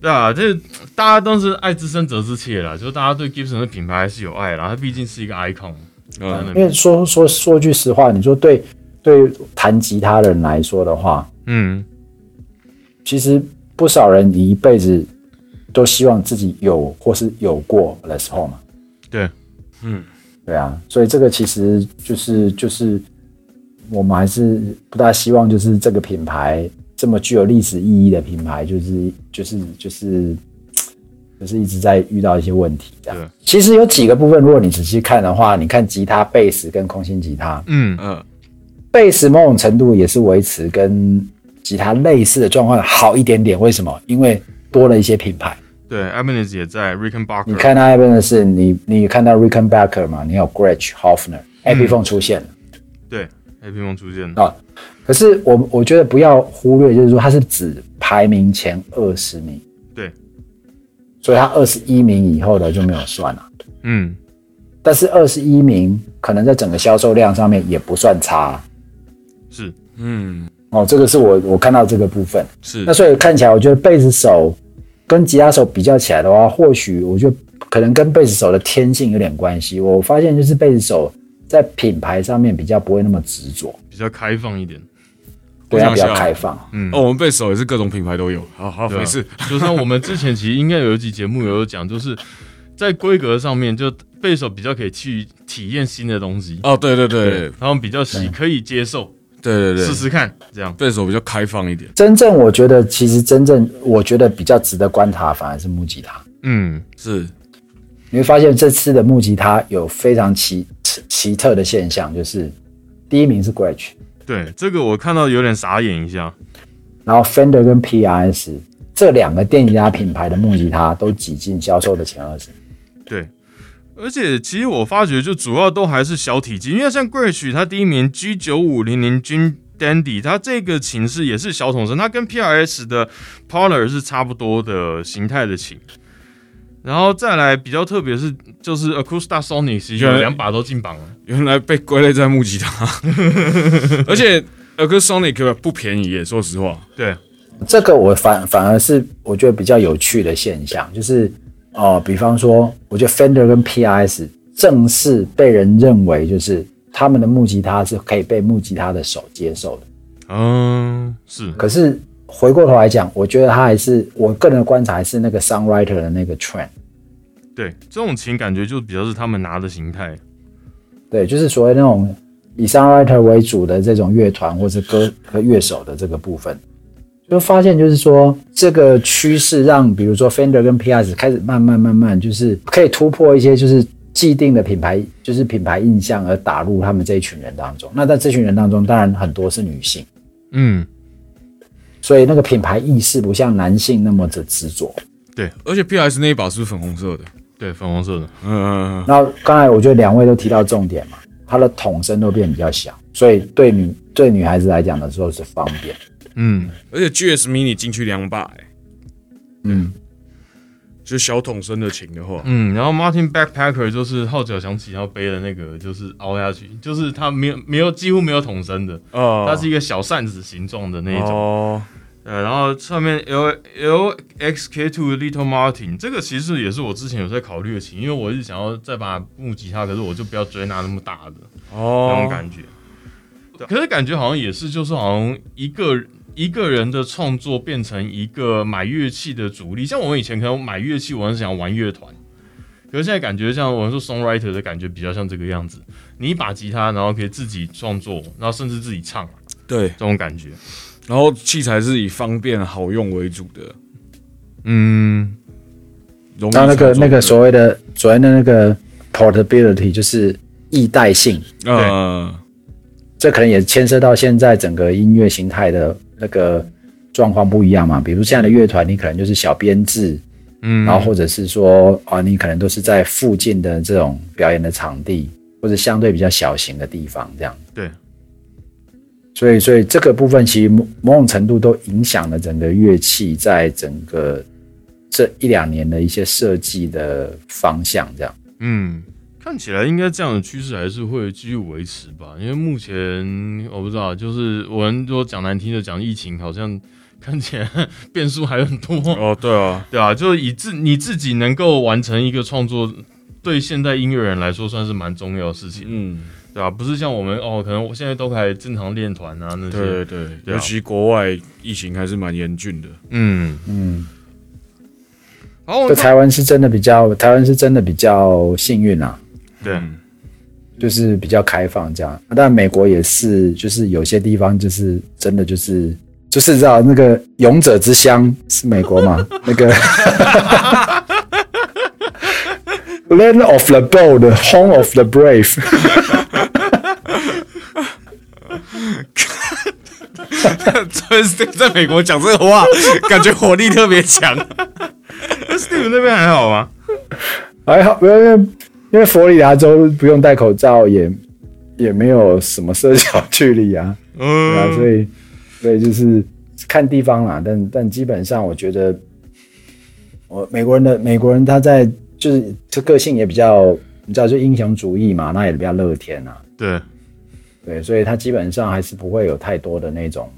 对啊，这大家都是爱之深责之切啦，就是大家对 Gibson 的品牌还是有爱啦，它毕竟是一个 icon，在那嗯因为边说说说句实话，你说对对弹吉他的人来说的话，嗯，其实不少人你一辈子都希望自己有或是有过的时候嘛。对，对啊，所以这个其实就是就是我们还是不大希望，就是这个品牌这么具有历史意义的品牌，就是就是就是就是一直在遇到一些问题这对样。其实有几个部分，如果你仔细看的话，你看吉他、贝斯跟空心吉他，嗯，嗯，贝斯某种程度也是维持跟吉他类似的状况好一点点。为什么？因为多了一些品牌。对 a b e n e z 也在 Rickenbacker，你看他那边的是你，你看到 Rickenbacker 嘛，你有 Gretsch、Hoffner、a p p 出现了。对 A P 梦出现哦了，啊。可是我我觉得不要忽略，就是说它是指排名前二十名，对，所以它二十一名以后的就没有算了。嗯，但是二十一名可能在整个销售量上面也不算差是，嗯，哦，这个是我我看到这个部分。是那，所以看起来，我觉得贝斯手跟吉他手比较起来的话，或许我觉得可能跟贝斯手的天性有点关系。我发现就是贝斯手在品牌上面比较不会那么执着，比较开放一点，对我他想比较笑开放。哦，我们贝手也是各种品牌都有。好嗯好，对啊哦没事。。 就像我们之前其实应该有一集节目有讲，就是在规格上面，就贝手比较可以去体验新的东西，哦，对对对他们比较喜可以接受，对对试对，试看，这样，贝手比较开放一点。真正我觉得，其实真正我觉得比较值得观察，反而是木吉他。嗯，是，你会发现这次的木吉他有非常奇奇奇特的现象，就是第一名是 Gretsch，对，这个我看到有点傻眼一下，然后 Fender 跟 PRS 这两个电吉他品牌的木吉他都挤进销售的前二十。对。而且其实我发觉，就主要都还是小体积，因为像 Gretsch 它第一名 G 九五零零 G Dandy，它这个琴是也是小筒身，它跟 PRS 的 Polar 是差不多的形态的琴。然后再来比较特别是，就是 Acoustic Sonic 有两把都进榜了， 原来被归类在木吉他，而且呃，跟 Sonic 不便宜耶，说实话，对，这个我反反而是我觉得比较有趣的现象，就是哦、呃比方说，我觉得 Fender 跟 PIS 正式被人认为就是他们的木吉他是可以被木吉他的手接受的。嗯，是，可是回过头来讲，我觉得他还是我个人的观察，还是那个 songwriter 的那个 trend，对，这种琴感觉就比较是他们拿的形态，对，就是所谓那种以 songwriter 为主的这种乐团或是歌和乐手的这个部分，就发现就是说这个趋势让比如说 Fender 跟 PS 开始慢慢慢慢就是可以突破一些就是既定的品牌就是品牌印象而打入他们这一群人当中。那在这群人当中，当然很多是女性，嗯，所以那个品牌意识不像男性那么的执着。而且 PS 那一把是不是粉红色的？对，粉红色的，嗯嗯，嗯那刚才我觉得两位都提到重点嘛，它的桶身都变比较小，所以对女对女孩子来讲的时候是方便。嗯，而且 GS Mini 进去两把，哎，嗯，就小桶身的琴的话，嗯，然后 Martin Backpacker 就是号角响起要背的那个，就是凹下去，就是它没有没有几乎没有筒身的，哦嗯它是一个小扇子形状的那一种。哦，呃，然后上面 L L X K Two Little Martin 这个其实也是我之前有在考虑的琴，因为我是想要再把木吉他，可是我就不要追拿那么大的那种哦，感觉。对啊可是感觉好像也是，就是好像一个一个人的创作变成一个买乐器的主力。像我们以前可能买乐器，我很想玩乐团，可是现在感觉像我们说 songwriter 的感觉比较像这个样子，你一把吉他，然后可以自己创作，然后甚至自己唱对，这种感觉。然后器材是以方便好用为主的，嗯，容易那那个操作的那个所谓的所谓的那个 portability 就是易带性，呃，这可能也牵涉到现在整个音乐形态的那个状况不一样嘛。比如现在的乐团，你可能就是小编制，嗯然后或者是说啊，你可能都是在附近的这种表演的场地，或者相对比较小型的地方这样。对。所以，所以这个部分其实某某种程度都影响了整个乐器在整个这一两年的一些设计的方向。这样，嗯，看起来应该这样的趋势还是会继续维持吧，因为目前我不知道，就是我们如果讲难听的讲疫情，好像看起来 变数还很多，哦，对啊，对啊，就是以自你自己能够完成一个创作，对现代音乐人来说算是蛮重要的事情，嗯，对啊，不是像我们哦，可能我现在都可以正常练团啊那对些，对，对啊尤其国外疫情还是蛮严峻的，嗯，嗯，然后这台湾是真的比较，台湾是真的比较幸运啊，对嗯就是比较开放这样。但美国也是，就是有些地方就是真的就是就是知道那个勇者之乡是美国嘛， 那个 Land of the Bold, Home of the Brave。在在美国讲这个话，感觉火力特别强。 Steve 那边还好吗？还好，因为因为佛罗里达州不用戴口罩，也也没有什么社交距离啊，对啊，所嗯，以所以就是看地方啦，但但基本上我觉得，我美国人的美国人他在就是这个性也比较，你知道就英雄主义嘛，那也比较乐天啊，对，对，所以他基本上还是不会有太多的那种。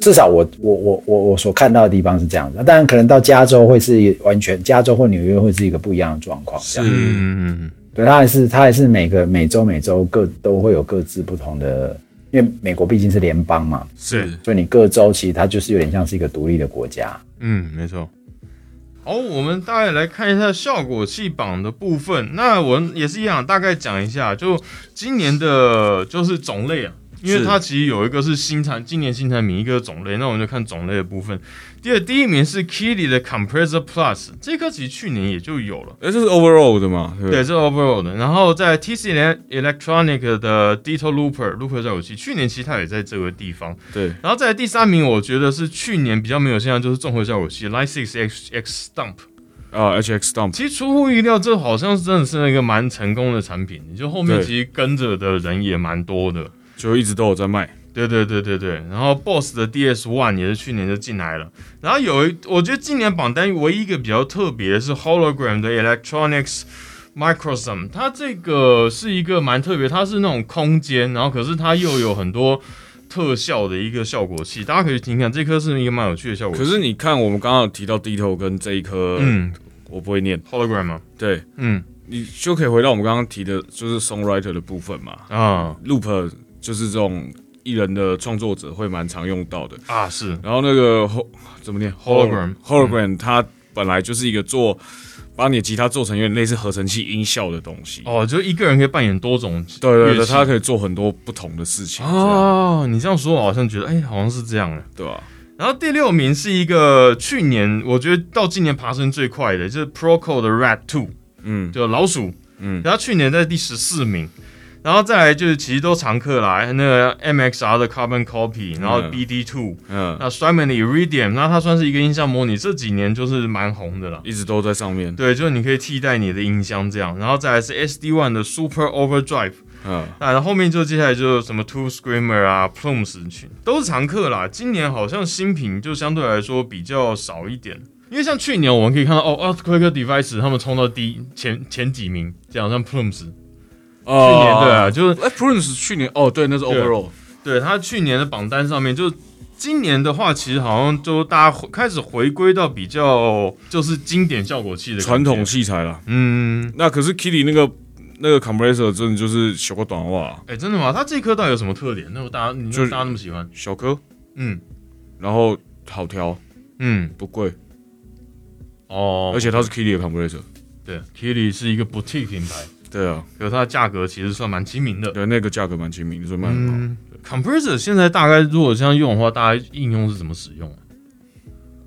至少我我我我我所看到的地方是这样子，当然可能到加州会是完全，加州或纽约会是一个不一样的状况。这样嗯，嗯，对，它还是它还是每个每周每周各都会有各自不同的，因为美国毕竟是联邦嘛，是，所以你各州其实它就是有点像是一个独立的国家。嗯，没错。好，我们大概来看一下效果器榜的部分。那我们也是一样，大概讲一下，就今年的就是种类啊，因为是它其实有一个是新产，今年新产品一个种类，那我们就看种类的部分。第二，第一名是 Kili 的 Compressor Plus，这颗其实去年也就有了。哎，这是 overall 的嘛？对不对，对，这是 overall 的。然后在 TC Electronic 的 Dito Looper Looper 这口器，去年其实它也在这个地方。对，然后再来第三名，我觉得是去年比较没有现象，就是综合效果器 Line Six X X Stump。啊，HX Stump，其实出乎意料，这好像真的是一个蛮成功的产品，就后面对其实跟着的人也蛮多的。就一直都有在卖。对对对对对，然后 BOSS 的 DS One 也是去年就进来了，然后有一，我觉得今年榜单唯一一个比较特别的是 Hologram 的 Electronics Microsum，它这个是一个蛮特别，它是那种空间，然后可是它又有很多特效的一个效果器，大家可以听看，这颗是一个蛮有趣的效果器。可是你看，我们刚刚有提到低头跟这一颗，嗯，嗯我不会念， ，hologram 嘛，对嗯你就可以回到我们刚刚提的，就是 songwriter 的部分嘛啊，loop 就是这种艺人的创作者会蛮常用到的。啊是然后那个 ho- 怎么念 Hologram 嗯 hologram，它本来就是一个做把你的吉他做成有点类似合成器音效的东西。哦，就一个人可以扮演多种对对乐对，器它可以做很多不同的事情，哦，哦，你这样说，我好像觉得，哎、好像是这样的。对吧？然后第六名是一个去年，我觉得到今年爬升最快的，就是 Proco 的 Rat Two，嗯，就老鼠，嗯然后去年在第十四名，然后再来就是其实都常客啦，那个 MXR 的 Carbon Copy，然后嗯 BD Two，、嗯，那 Strymon 的 Iridium，那它算是一个音箱模拟，这几年就是蛮红的啦。一直都在上面。对，就是你可以替代你的音箱这样，然后再来是 SD One 的 Super Overdrive，嗯，那然后后面就接下来就是什么 Two Screamer 啊、Plumes 群都是常客啦。今年好像新品就相对来说比较少一点，因为像去年我们可以看到哦，Earthquake Device 他们冲到第一前前几名，这样像 Plumes 去哦年对啊，，就是哎，Prince 去年哦，对，那是对 overall，对他去年的榜单上面就。今年的话，其实好像就大家回开始回归到比较就是经典效果器的感觉传统，器材啦。嗯，那可是 Kitty 那个那个 compressor 真的就是小个短袜，哎、真的吗？它这颗到底有什么特点？那么大家，你就说是大家那么喜欢？小颗，嗯然后好调，嗯，不贵，哦，而且它是 Kitty 的 compressor。对，Kitty 是一个 boutique 品牌，对啊，可是它的价格其实算蛮亲民的。对，那个价格蛮亲民，所以卖很好。嗯，compressor 现在大概如果这样用的话，大家应用是怎么使用啊？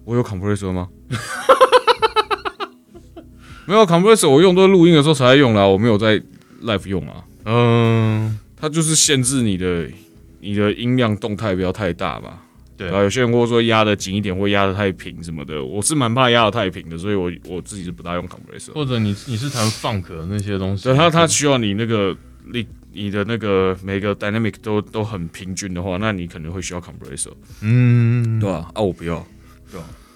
我有 compressor 吗？ 没有 compressor，我用都是录音的时候才在用啦，我没有在 live 用啊。嗯，它就是限制你的你的音量动态不要太大吧。对然后有些人会说压的紧一点，或压的太平什么的，我是蛮怕压的太平的，所以我我自己是不大用 compressor。或者你你是弹 funk 的那些东西？对它，它需要你那个力，你的那个每个 dynamic 都都很平均的话，那你可能会需要 compressor，嗯，对吧、啊？我不要，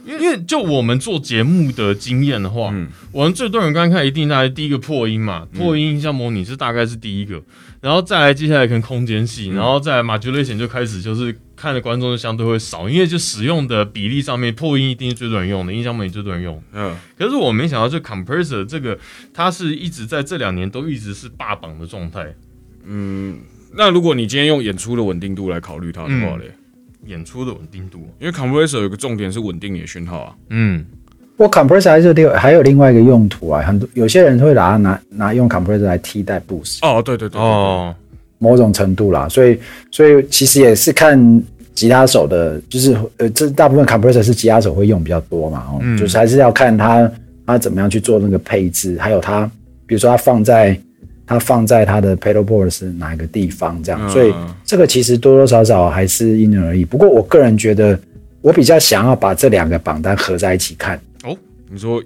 因为因为就我们做节目的经验的话，嗯我们最多人观看一定大概第一个破音嘛，破音像模拟是大概是第一个，然后再来接下来可能空间系，然后再来马觉类型就开始就是看的观众就相对会少，因为就使用的比例上面，破音一定是最多人用的，音箱模拟最多人用。嗯，可是我没想到，就 compressor 这个，它是一直在这两年都一直是霸榜的状态。那如果你今天用演出的稳定度来考虑它的嗯话嘞，演出的稳定度，因为 compressor 有一个重点是稳定你的讯号啊，嗯，不过 compressor 还是有另还有另外一个用途啊，很多有些人会拿拿拿用 compressor 来替代 boost，哦，对对对，哦，某种程度啦，所以所以其实也是看吉他手的，就是呃，这大部分 compressor 是吉他手会用比较多嘛，哦，嗯就是还是要看他他怎么样去做那个配置，还有他比如说他放在他放在他的 pedal board 是哪一个地方这样，嗯所以这个其实多多少少还是因人而异。不过我个人觉得，我比较想要把这两个榜单合在一起看，你说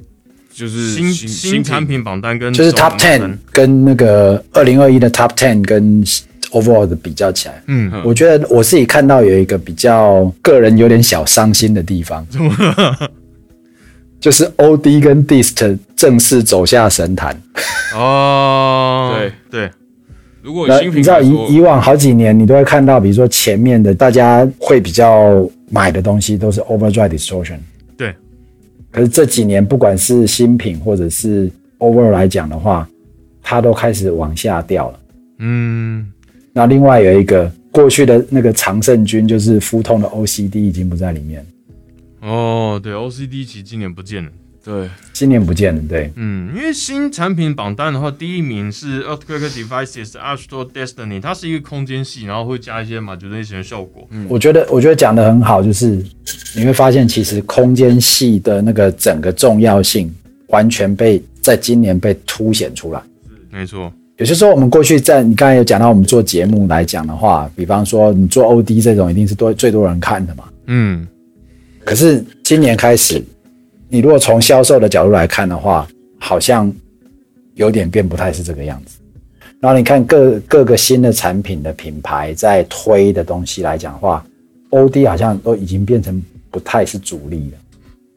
就是新新产品品榜单跟就是手榜 top 单 ten 跟那个二零二一的 top ten 跟 overall 的比较起来，嗯，我觉得我自己看到有一个比较个人有点小伤心的地方， 就是 O D 跟 Dist 正式走下神坛。哦，对对，如果那新你品知道来以说，以往好几年，你都会看到，比如说前面的大家会比较买的东西都是 Overdrive Distortion，对。可是这几年，不管是新品或者是 Over 来讲的话，它都开始往下掉了。嗯，那另外有一个过去的那个常胜军，就是肤痛的 OCD 已经不在里面了，哦，对，OCD 其实今年不见了。对今年不见了，对。嗯，因为新产品榜单的话，第一名是 Earthquake Devices Astro Destiny，它是一个空间系，然后会加一些 modulation 的效果。嗯我觉得，我觉得讲的很好，就是你会发现，其实空间系的那个整个重要性完全被在今年被凸显出来。没错，有些时候，我们过去在你刚才有讲到，我们做节目来讲的话，比方说你做 OD 这种，一定是多最多人看的嘛。嗯，可是今年开始，你如果从销售的角度来看的话，好像有点变不太是这个样子。然后你看各各个新的产品的品牌在推的东西来讲的话，OD 好像都已经变成不太是主力了。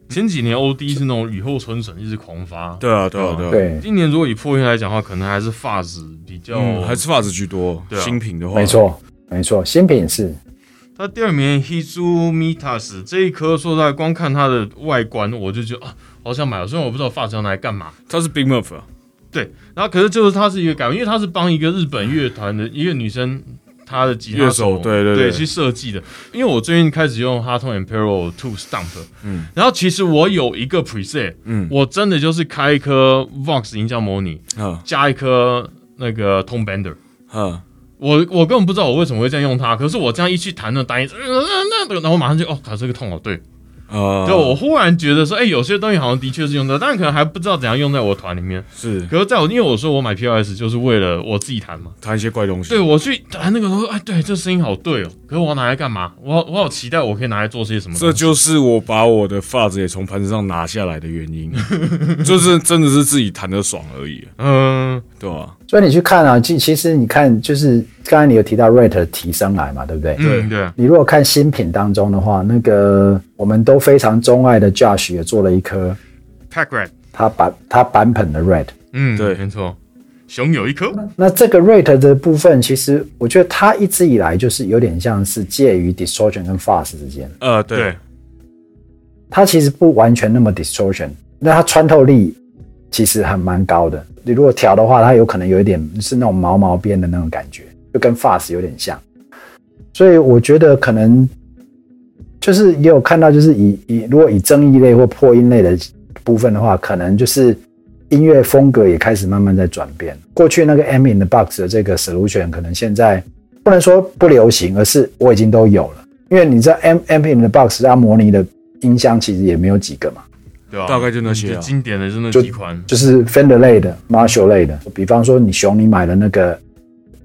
前几年 OD 是那种雨后春笋，一直狂发。对啊对啊对啊，对，今年如果以破音来讲的话，可能还是发质比较，啊嗯，还是发质居多，对啊新品的话，没错，没错，新品是它第二名 Hizumitas 这一颗，说实在，光看它的外观，我就觉得啊，好想买哦。虽然我不知道发胶拿来干嘛，它是 Big Muff 啊，对，然后可是就是它是一个改编，因为它是帮一个日本乐团的一个女生，她的吉他乐手对对对对去设计的。因为我最近开始用 h a r t o n Imperial Two Stump，嗯嗯，然后其实我有一个 preset，嗯嗯，我真的就是开一颗 Vox 音箱模拟，啊加一颗那个 Tone Bender。啊，我我根本不知道我为什么会这样用它，可是我这样一去弹那单音，呃那那然后我马上就哦，卡这个痛哦，对，呃，就我忽然觉得说，哎、有些东西好像的确是用到，但可能还不知道怎样用在我团里面。是可是在我因为我说我买 POS 就是为了我自己弹嘛，弹一些怪东西，对我去弹那个时候，哎，对，这声音好对哦。可是我要拿来干嘛？我好我好期待我可以拿来做些什么这东西。就是我把我的发子也从盘子上拿下来的原因， 就是真的是自己弹的爽而已，嗯，对吧？所以你去看啊，其其实你看，就是刚才你有提到 rate 提升来嘛，对不对？对嗯对，你如果看新品当中的话，那个我们都非常钟爱的 Josh 也做了一颗 Pack Rat，他版他版本的 rate。嗯，对没错，熊有一颗，那这个 rate 的部分，其实我觉得它一直以来就是有点像是介于 distortion 跟 fuzz 之间，呃，对，它其实不完全那么 distortion，那它穿透力其实还蛮高的。你如果调的话，它有可能有一点是那种毛毛边的那种感觉，就跟 fuzz 有点像。所以我觉得可能就是也有看到，就是以以如果以争议类或破音类的部分的话，可能就是音乐风格也开始慢慢在转变。过去那个 M in the box 的这个 solution，可能现在不能说不流行，而是我已经都有了。因为你知道 M M in the box 它模拟的音箱其实也没有几个嘛，对吧、大概就那些嗯啊经典的，就那几款。就是 Fender 类的、Marshall 类的。比方说你熊，你买了那个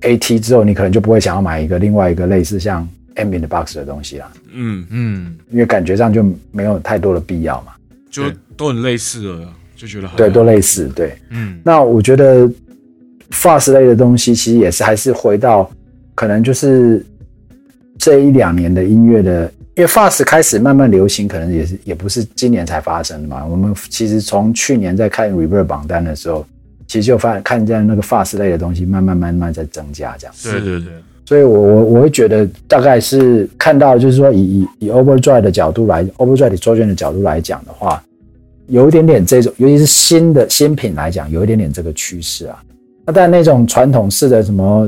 AT 之后，你可能就不会想要买一个另外一个类似像 M in the box 的东西啦，嗯，嗯，因为感觉上就没有太多的必要嘛。就对都很类似了，就觉得还对，好都类似。对，嗯那我觉得 FAS 类的东西，其实也是还是回到可能就是这一两年的音乐的，因为 FAS 开始慢慢流行，可能也是也不是今年才发生的嘛。我们其实从去年在看 Reverb 榜单的时候，其实就发看见那个 FAS 类的东西慢慢慢慢在增加，这样。对对对，所以我我我会觉得大概是看到，就是说以以以 overdrive 的角度来，overdrive 的周旋的角度来讲的话，有一点点这种，尤其是新的新品来讲，有一点点这个趋势啊。那但那种传统式的什么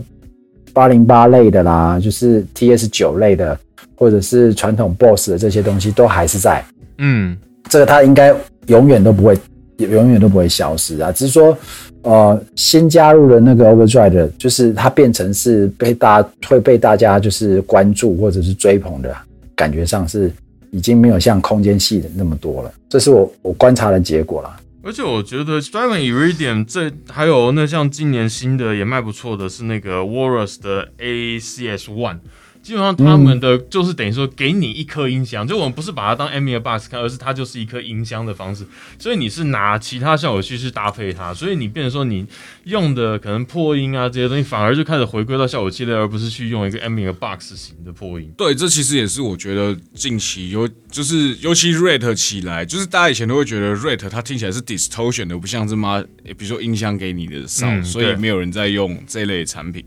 八零八类的啦，就是 TS 九类的，或者是传统 BOSS 的这些东西，都还是在。嗯，这个它应该永远都不会，永远都不会消失啊。只是说，呃，新加入的那个 Overdrive 的，就是它变成是被大家会被大家就是关注或者是追捧的感觉上是已经没有像空间系的那么多了。这是我我观察的结果啦。而且我觉得 Dragon Iridium 这还有那像今年新的也卖不错的是那个 Warus 的 ACS One，基本上他们的就是等于说给你一颗音箱，就我们不是把它当 m i r Box 看，而是它就是一颗音箱的方式，所以你是拿其他效果器去搭配它，所以你变成说你用的可能破音啊这些东西，反而就开始回归到效果器类，而不是去用一个 m i r Box 型的破音。对，这其实也是我觉得近期尤就是尤其 rate 起来，就是大家以前都会觉得 rate 它听起来是 distortion 的，不像是妈，诶比如说音箱给你的 sound，、嗯所以对没有人在用这类产品。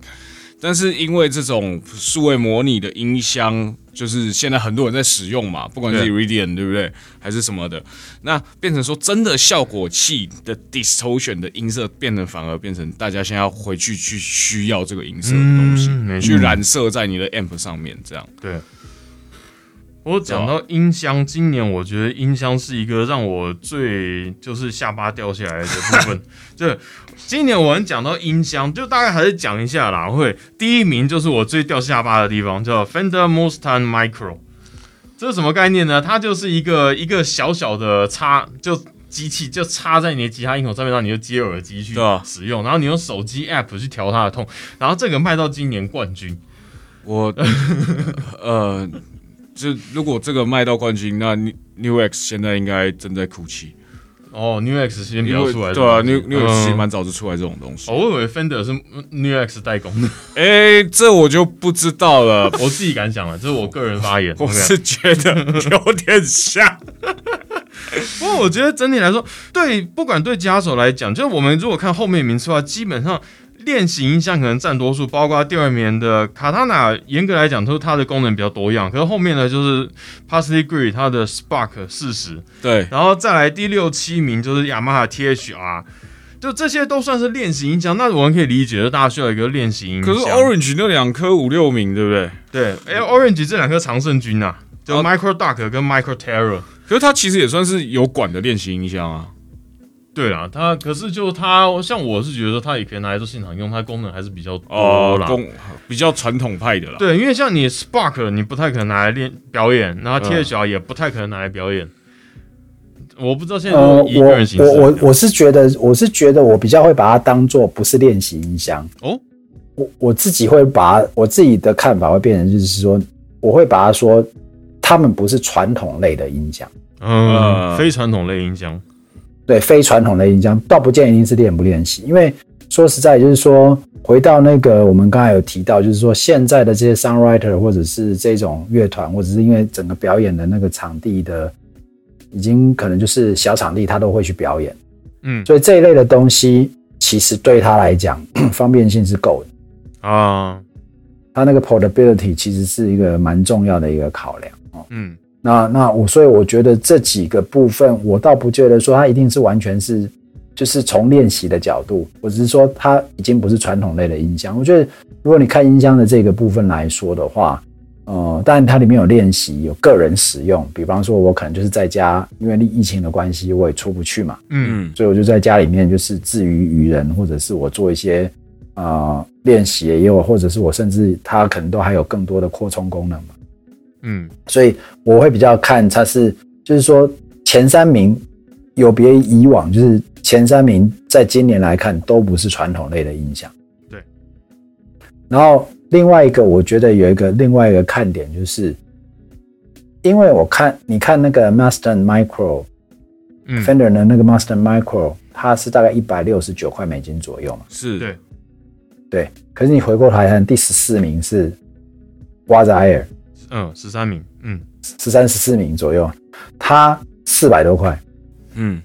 但是因为这种数位模拟的音箱，就是现在很多人在使用嘛，不管是对 Iridium 对不对，还是什么的，那变成说真的效果器的 distortion 的音色，变得反而变成大家现在要回去去需要这个音色的东西，嗯没错去染色在你的 amp 上面，这样。对。我啊讲到音箱，今年我觉得音箱是一个让我最就是下巴掉下来的部 分。对，今年我们讲到音箱，就大概还是讲一下啦。会第一名就是我最掉下巴的地方，叫 Fender Mustang Micro。这是什么概念呢？它就是一个一个小小的插，就机器就插在你的吉他音孔上面，让你就接耳机去对啊使用，然后你用手机 app 去调它的痛，然后这个卖到今年冠军。我呃，就如果这个卖到冠军，那 New X 现在应该正在哭泣，哦，New X 先因比较为出来的对啊东西，New New X 其实嗯蛮早就出来这种东西哦，。我以为 Fender 是 New X 代工 的，，哎，这我就不知道了我自己敢讲了，这是我个人发言。 我 OK 是觉得有 点像。不过我觉得整体来说，对不管对家手来讲，就是我们如果看后面名次的话，基本上。练习音箱可能占多数，包括第二名的卡塔纳，严格来讲都是它的功能比较多样，可是后面呢就是 p a s s Degree 它的 Spark 四十，对，然后再来第六七名就是雅马哈 THR，就这些都算是练习音箱。那我们可以理解，就大家需要一个练习音可箱。是 Orange 那两颗五六名，对不对？对，哎、o r a n g e 这两颗常胜军啊，就哦 Micro Duck 跟 Micro Terror。可是它其实也算是有管的练习音箱啊。对啦，它可是就它，像我是觉得它也可以拿来做现场用，它功能还是比较哦多啦。，公比较传统派的啦。对，因为像你 Spark 你不太可能拿来练表演，然后嗯 THR 也不太可能拿来表演。我不知道现在呃，都以个我人形式我来我讲我是觉得，我是觉得我比较会把它当做不是练习音箱哦。我我自己会把我自己的看法会变成，就是说，我会把它说，他们不是传统类的音箱，嗯，呃非传统类音箱，对非传统类音箱，倒不见一定是练不练习，因为说实在，就是说，回到那个我们刚才有提到，就是说现在的这些 songwriter 或者是这种乐团，或者是因为整个表演的那个场地的，已经可能就是小场地，他都会去表演。嗯所以这一类的东西，其实对他来讲 方便性是够的，啊，他那个 portability 其实是一个蛮重要的一个考量。哦嗯那那我所以我觉得这几个部分，我倒不觉得说它一定是完全是就是从练习的角度，我只是说它已经不是传统类的音箱。我觉得如果你看音箱的这个部分来说的话，呃，当然它里面有练习，有个人使用，比方说我可能就是在家，因为疫情的关系，我也出不去嘛，嗯嗯，所以我就在家里面就是自娱于人，或者是我做一些呃练习，也有或者是我甚至它可能都还有更多的扩充功能嘛。嗯所以我会比较看它是，就是说前三名有别于以往，就是前三名在今年来看都不是传统类的音响。对。然后另外一个，我觉得有一个另外一个看点就是，因为我看你看那个 Master Micro 嗯， Fender 的那个 Master Micro，它是大概一百六十九块美金左右嘛。是，对，对。可是你回过头来看，第十四名是 Wazair，嗯，十三名，嗯十三十四名左右，它四百多块。嗯，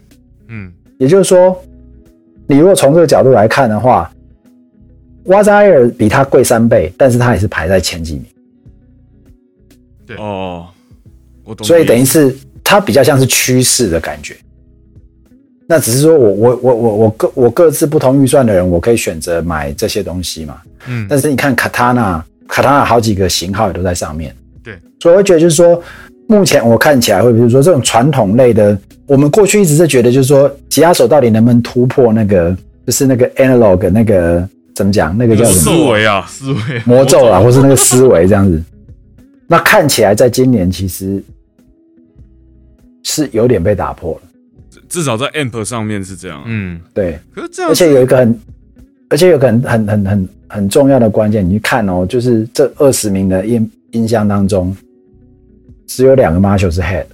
嗯也就是说，你如果从这个角度来看的话，瓦扎埃尔比它贵三倍，但是它也是排在前几名，哦，我懂你的意思。所以等于是它比较像是趋势的感觉。那只是说我我我我我各我各自不同预算的人，我可以选择买这些东西嘛。嗯但是你看 Katana Katana 好几个型号也都在上面，对，所以我会觉得就是说，目前我看起来会，比如说这种传统类的，我们过去一直是觉得就是说，吉他手到底能不能突破那个，就是那个 analog 那个怎么讲，那个叫什思么维啊，思维魔咒啊啦，或是那个思维这样子。那看起来在今年其实是有点被打破了，至少在 Amp 上面是这样啊。嗯，对，可是这而样且有一个很，而且有个很很很很很重要的关键，你去看哦，就是这二十名的音音箱当中，只有两个 Marshall 是 Head，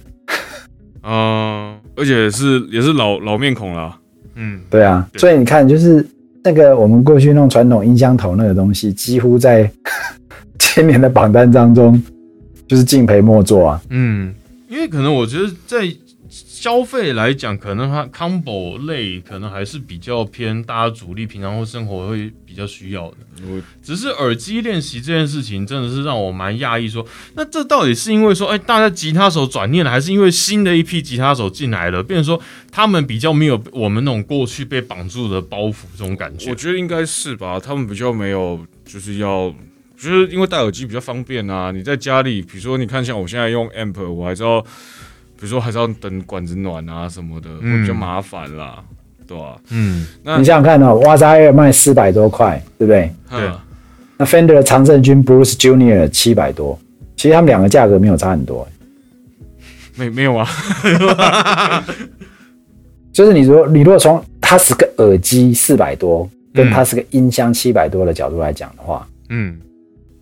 啊，而且是也是老老面孔啊啦。嗯，对啊，对所以你看，就是那个我们过去弄传统音箱头那个东西，几乎在 今年的榜单当中就是敬陪末座啊，嗯，因为可能我觉得在消费来讲，可能它 combo 类可能还是比较偏大家主力平常或生活会比较需要的。我只是耳机练习这件事情真的是让我蛮讶异，说那这到底是因为说，哎、大家吉他手转念了，还是因为新的一批吉他手进来了，变成说他们比较没有我们那种过去被绑住的包袱这种感觉我？觉得应该是吧，他们比较没有就是要。就是因为戴耳机比较方便啊，你在家里，比如说你看像我现在用 Amp，我还是要，比如说还是要等管子暖啊什么的，嗯会比较麻烦啦，对吧、嗯，那你想想看哦，哇塞，二卖四百多块，对不对？对嗯那 Fender 的常胜军 Bruce Junior 七百多，其实他们两个价格没有差很多、没没有啊？就是你如果你如果从它是个耳机四百多，跟嗯它是个音箱七百多的角度来讲的话，嗯，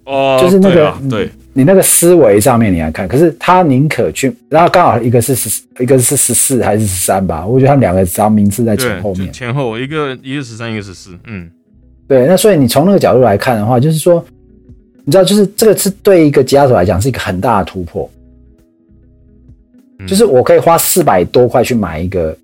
哦，就是那对个嗯啊对，你那个思维上面你来看，可是他宁可去，然后刚好一个是十，一个是十四还是十三吧，我觉得他们两个只要名次在前对，后就面。前后一个一个十三，一个十四，嗯对，那所以你从那个角度来看的话，就是说，你知道，就是这个是对一个吉他手来讲是一个很大的突破，嗯就是我可以花四百多块去买一个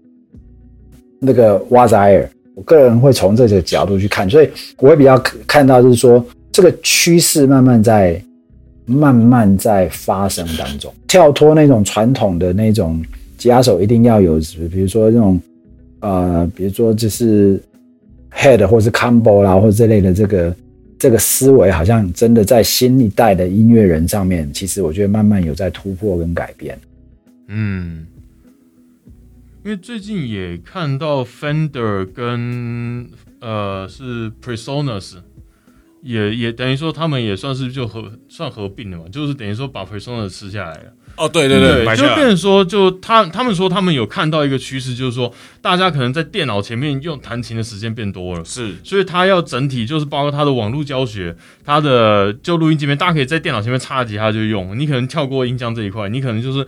那个瓦扎尔，我个人会从这个角度去看，所以我会比较看看到就是说这个趋势慢慢在慢慢在发生当中，跳脱那种传统的那种吉他手一定要有，比如说那种呃，比如说就是 head 或是 combo 啦，或者这类的这个这个思维，好像真的在新一代的音乐人上面，其实我觉得慢慢有在突破跟改变。嗯，因为最近也看到 Fender 跟呃是 Presonus，也也等于说他们也算是就合算合并了嘛，就是等于说把 Presonus 吃下来了。哦，对对对，买就下变来。成说，就他他们说他们有看到一个趋势，就是说大家可能在电脑前面用弹琴的时间变多了。是所以他要整体就是包括他的网络教学，他的就录音界面，大家可以在电脑前面插吉他就用。你可能跳过音箱这一块，你可能就是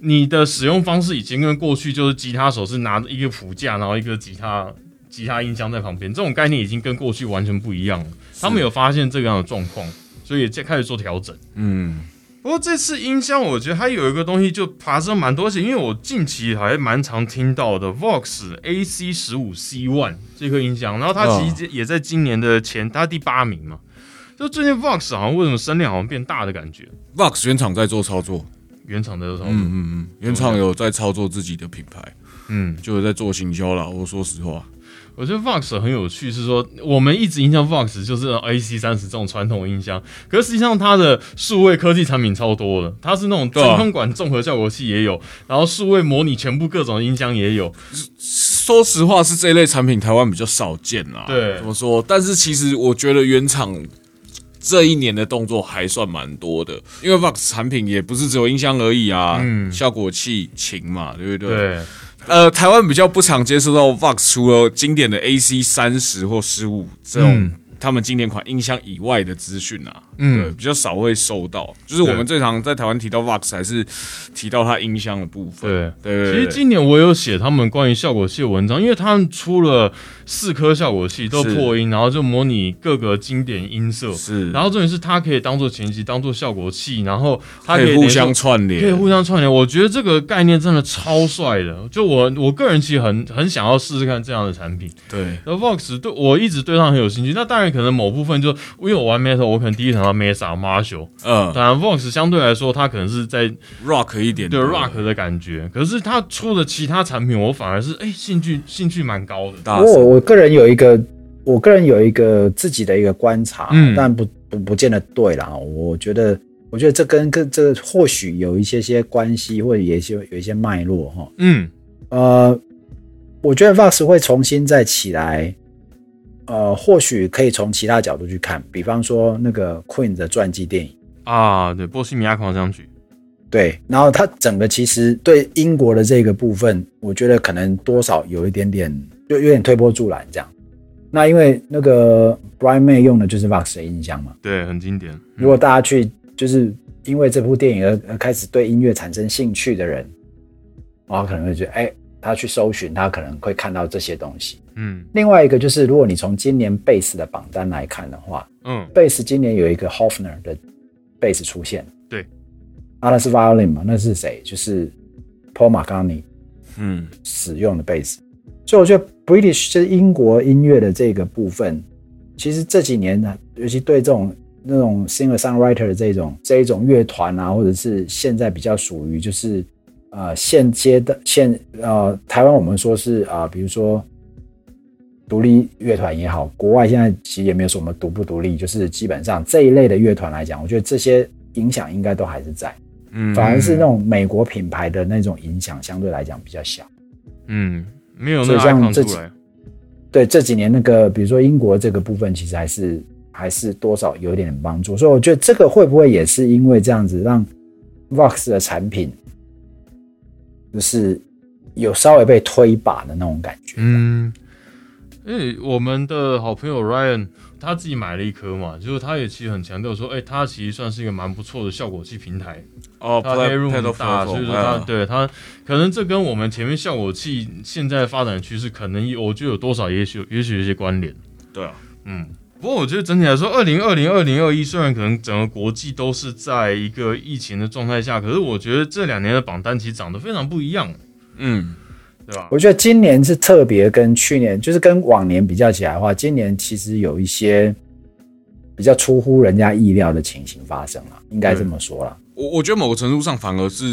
你的使用方式已经跟过去就是吉他手是拿着一个谱架，然后一个吉他吉他音箱在旁边，这种概念已经跟过去完全不一样了。他们有发现这个样的状况，所以也开始做调整。嗯，不过这次音箱，我觉得它有一个东西就爬升蛮多，而且因为我近期还蛮常听到的 Vox AC 十五 C One 这颗音箱，然后它其实也在今年的前，它第八名嘛。就最近 Vox 好像为什么声量好像变大的感觉， Vox 原厂在做操作，原厂的时候，嗯嗯嗯，原厂有在操作自己的品牌，嗯，就有在做行销啦。我说实话，我觉得 Vox 很有趣，是说我们一直印象 Vox 就是 AC 三十这种传统音箱，可是实际上它的数位科技产品超多的，它是那种啊真空管综合效果器也有，然后数位模拟全部各种音箱也有，说实话是这一类产品台湾比较少见啦。对怎么说？但是其实我觉得原厂这一年的动作还算蛮多的，因为 Vox 产品也不是只有音箱而已啊，嗯效果器、琴嘛，对不对？。对。呃，台湾比较不常接触到 Vox 除了经典的 AC 三十或十五这种、嗯他们经典款音箱以外的资讯啊，嗯对，比较少会收到。就是我们对最常在台湾提到 Vox，还是提到它音箱的部分。对对对其实今年我有写他们关于效果器的文章，因为他们出了四颗效果器，都是破音，然后就模拟各个经典音色。是然后重点是它可以当做前级，当做效果器，然后它可以以互连相上串联，可以互相串联。我觉得这个概念真的超帅的，就我我个人其实很很想要试试看这样的产品。对，那 Vox 对我一直对它很有兴趣，那当然可能某部分就因为我玩 Metal，我可能第一场要 Mesa Marshall，嗯当然 Vox 相对来说它可能是在，rock 一点，对 rock 的感觉。可是他出的其他产品，我反而是哎、兴趣兴趣蛮高的。大不过神，我我个人有一个，我个人有一个自己的一个观察，嗯但不不不见得对啦。我觉得，我觉得这跟跟这或许有一些些关系，或者有一些有一些脉络哈。嗯呃，我觉得 Vox 会重新再起来，呃，或许可以从其他角度去看，比方说那个 Queen 的传记电影。啊，对，波西米亚狂想曲，对，然后它整个其实对英国的这个部分，我觉得可能多少有一点点，就有点推波助澜这样。那因为那个 Brian May 用的就是 Vox 的音箱嘛，对，很经典。如果大家去就是因为这部电影而而开始对音乐产生兴趣的人，然后可能会觉得，哎，他去搜寻，他可能会看到这些东西。嗯另外一个就是，如果你从今年贝斯的榜单来看的话，嗯，贝斯今年有一个 Hofner 的贝斯出现，对，啊，那是 violin 嘛，那是谁？就是 Paul McCartney 嗯，使用的贝斯。所以我觉得 British 就是英国音乐的这个部分，其实这几年呢，尤其对这种那种 singer songwriter 的这种这一种乐团啊，或者是现在比较属于就是呃现阶段现呃台湾我们说是啊、呃比如说独立乐团也好，国外现在其实也没有什么独不独立，就是基本上这一类的乐团来讲，我觉得这些影响应该都还是在，嗯反而是那种美国品牌的那种影响相对来讲比较小。嗯，没有所那以个像 icon 这出来。对这几年那个，比如说英国这个部分，其实还是还是多少有点帮助，所以我觉得这个会不会也是因为这样子，让 Vox 的产品就是有稍微被推一把的那种感觉？嗯，因为我们的好朋友 Ryan 他自己买了一颗嘛，就是他也其实很强调说，哎、他其实算是一个蛮不错的效果器平台，哦它 A room 很大，所以说它对它可能这跟我们前面效果器现在的发展趋势，可能有我觉得有多少也许也许有一些关联。对啊，嗯，不过我觉得整体来说，二零二零、二零二一虽然可能整个国际都是在一个疫情的状态下，可是我觉得这两年的榜单其实长得非常不一样。嗯，对吧？我觉得今年是特别跟去年，就是跟往年比较起来的话，今年其实有一些比较出乎人家意料的情形发生了，应该这么说啦。我我觉得某个程度上反而是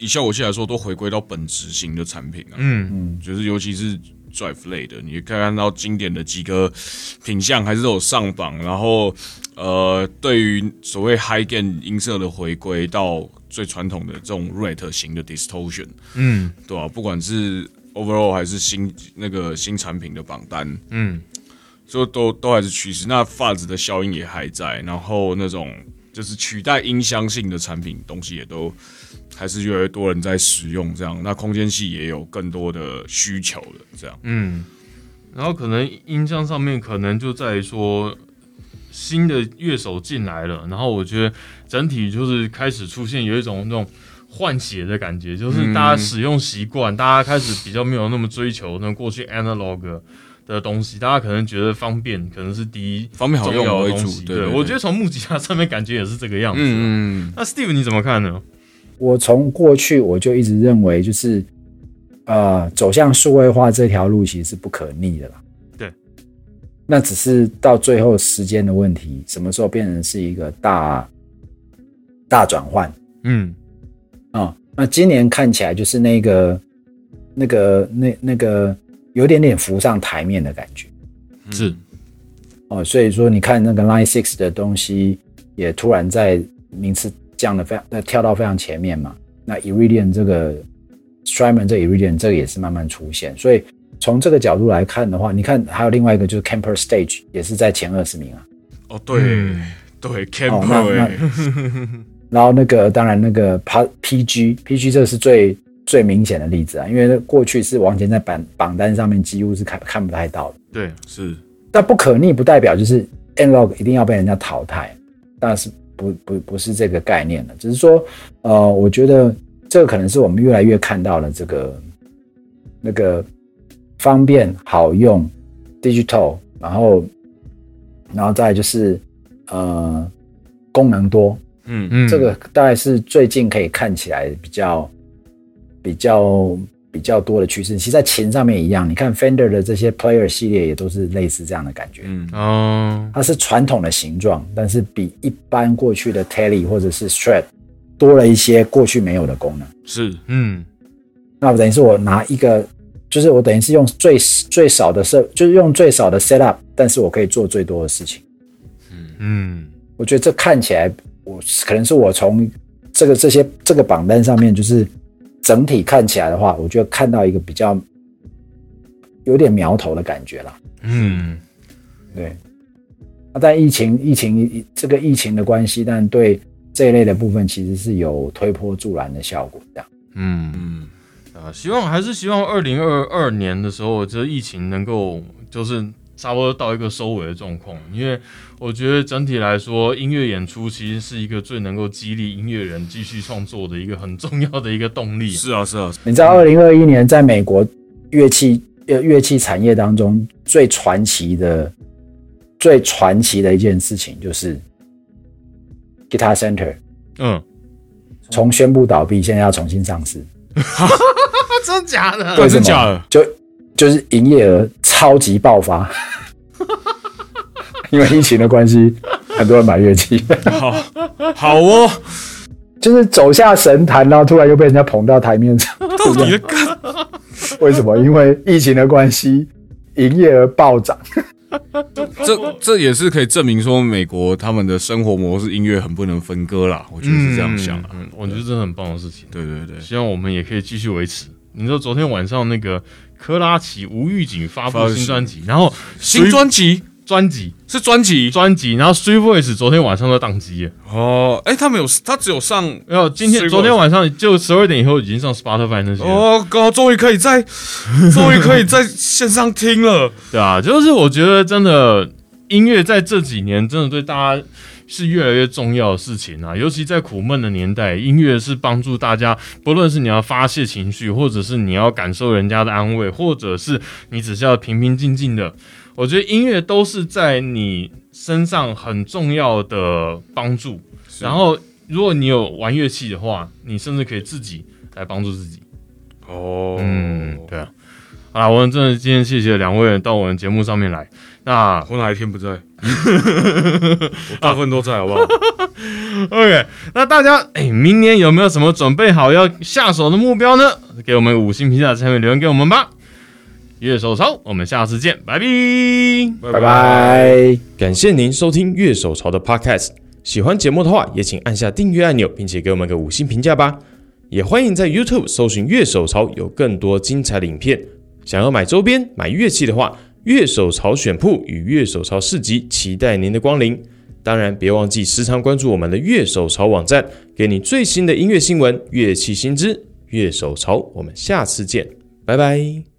以效果器来说，都回归到本质型的产品啊，嗯，就是尤其是 Drive 类的，你可以看到经典的几个品相还是都有上榜，然后呃，对于所谓 High Gain 音色的回归到最传统的这种 Rate 型的 Distortion，嗯对啊吧、不管是 Overall 还是新那个新产品的榜单，嗯，就都都还是趋势。那发子的效应也还在，然后那种就是取代音箱性的产品东西也都还是越来越多人在使用，这样那空间系也有更多的需求了，这样。嗯，然后可能音箱上面可能就在于说新的乐手进来了，然后我觉得整体就是开始出现有一种那种换血的感觉，就是大家使用习惯，大家开始比较没有那么追求那过去 analog 的东西，大家可能觉得方便可能是第一方便好重用要的为东主西。，对对，我觉得从木吉他上面感觉也是这个样子。啊嗯嗯那 Steve 你怎么看呢？我从过去我就一直认为，就是呃，走向数位化这条路其实是不可逆的啦。对，那只是到最后时间的问题，什么时候变成是一个大大转换嗯啊、那今年看起来就是那个那个那那个有点点浮上台面的感觉。嗯，是哦，所以说你看那个 Line Six 的东西也突然在名次降的非常，呃，跳到非常前面嘛。那 Iridium 这个 Strymon 这 Iridium 这个也是慢慢出现，所以从这个角度来看的话，你看还有另外一个就是 Camper Stage 也是在前二十名啊。哦，嗯对对哦那，Camper，哎然后那个当然那个 P PG PG 这个是最最明显的例子啊，因为过去是完全在榜榜单上面几乎是看看不太到的。对，是但不可逆不代表就是 analog 一定要被人家淘汰，但是不不不是这个概念的，只是说，呃，我觉得这个可能是我们越来越看到了这个那个方便好用 digital，然后然后再来就是呃功能多，嗯嗯，这个大概是最近可以看起来比较比较比较多的趋势。其实，在琴上面一样，你看 Fender 的这些 Player 系列也都是类似这样的感觉。嗯哦，它是传统的形状，但是比一般过去的 Tele 或者是 Strat 多了一些过去没有的功能。是嗯那我等于是我拿一个，就是我等于是用最最少的设，就是用最少的 setup，但是我可以做最多的事情。嗯我觉得这看起来，我可能是我从这个这些这个榜单上面，就是整体看起来的话，我觉得看到一个比较有点苗头的感觉啦。嗯，对，那但疫情疫情这个疫情的关系，但对这一类的部分其实是有推波助澜的效果。这样，嗯嗯啊，希望还是希望二零二二年的时候，这疫情能够就是差不多到一个收尾的状况，因为我觉得整体来说，音乐演出其实是一个最能够激励音乐人继续创作的一个很重要的一个动力。是啊是啊，你知道，二零二一年在美国乐器乐乐器产业当中最传奇的、最传奇的一件事情，就是 Guitar Center 嗯，从宣布倒闭，现在要重新上市，啊， 真假的？为什真么假的？就就是营业额超级爆 发，因为疫情的关系，很多人买乐器。好，好哦，就是走下神坛，然后突然又被人家捧到台面上，到底在干？为什么？因为疫情的关系，营业额暴涨。这这也是可以证明说，美国他们的生活模式、音乐很不能分割啦。我觉得是这样想啊。嗯，我觉得这是很棒的事情。对对对，希望我们也可以继续维持。你知道昨天晚上那个科拉奇无预警发布发布新专辑，然后新专辑专辑是专辑专辑，然后 Three Voice 昨天晚上都宕机了。哦，哎，他们有他只有上没有，今天 Three 昨天晚上就十二点以后已经上 Spotify 那些了，哦，哥，终于可以 在，终于可以在线上听了。对啊，就是我觉得真的音乐在这几年真的对大家是越来越重要的事情啊，尤其在苦闷的年代，音乐是帮助大家，不论是你要发泄情绪，或者是你要感受人家的安慰，或者是你只是要平平静静的，我觉得音乐都是在你身上很重要的帮助。然后，如果你有玩乐器的话，你甚至可以自己来帮助自己。哦，嗯，对啊。好啦，我们真的今天谢谢两位到我们节目上面来。那我哪一天不在？ 我大部分都在，好不好？ OK，那大家哎、明年有没有什么准备好要下手的目标呢？给我们五星评价，下面留言给我们吧。月手潮，我们下次见，拜拜。拜拜。感谢您收听乐手潮的 Podcast。喜欢节目的话，也请按下订阅按钮，并且给我们个五星评价吧。也欢迎在 YouTube 搜寻“乐手潮”，有更多精彩的影片。想要买周边、买乐器的话，乐手潮选铺与乐手潮市集期待您的光临。当然，别忘记时常关注我们的乐手潮网站，给你最新的音乐新闻、乐器新知。乐手潮，我们下次见，拜拜。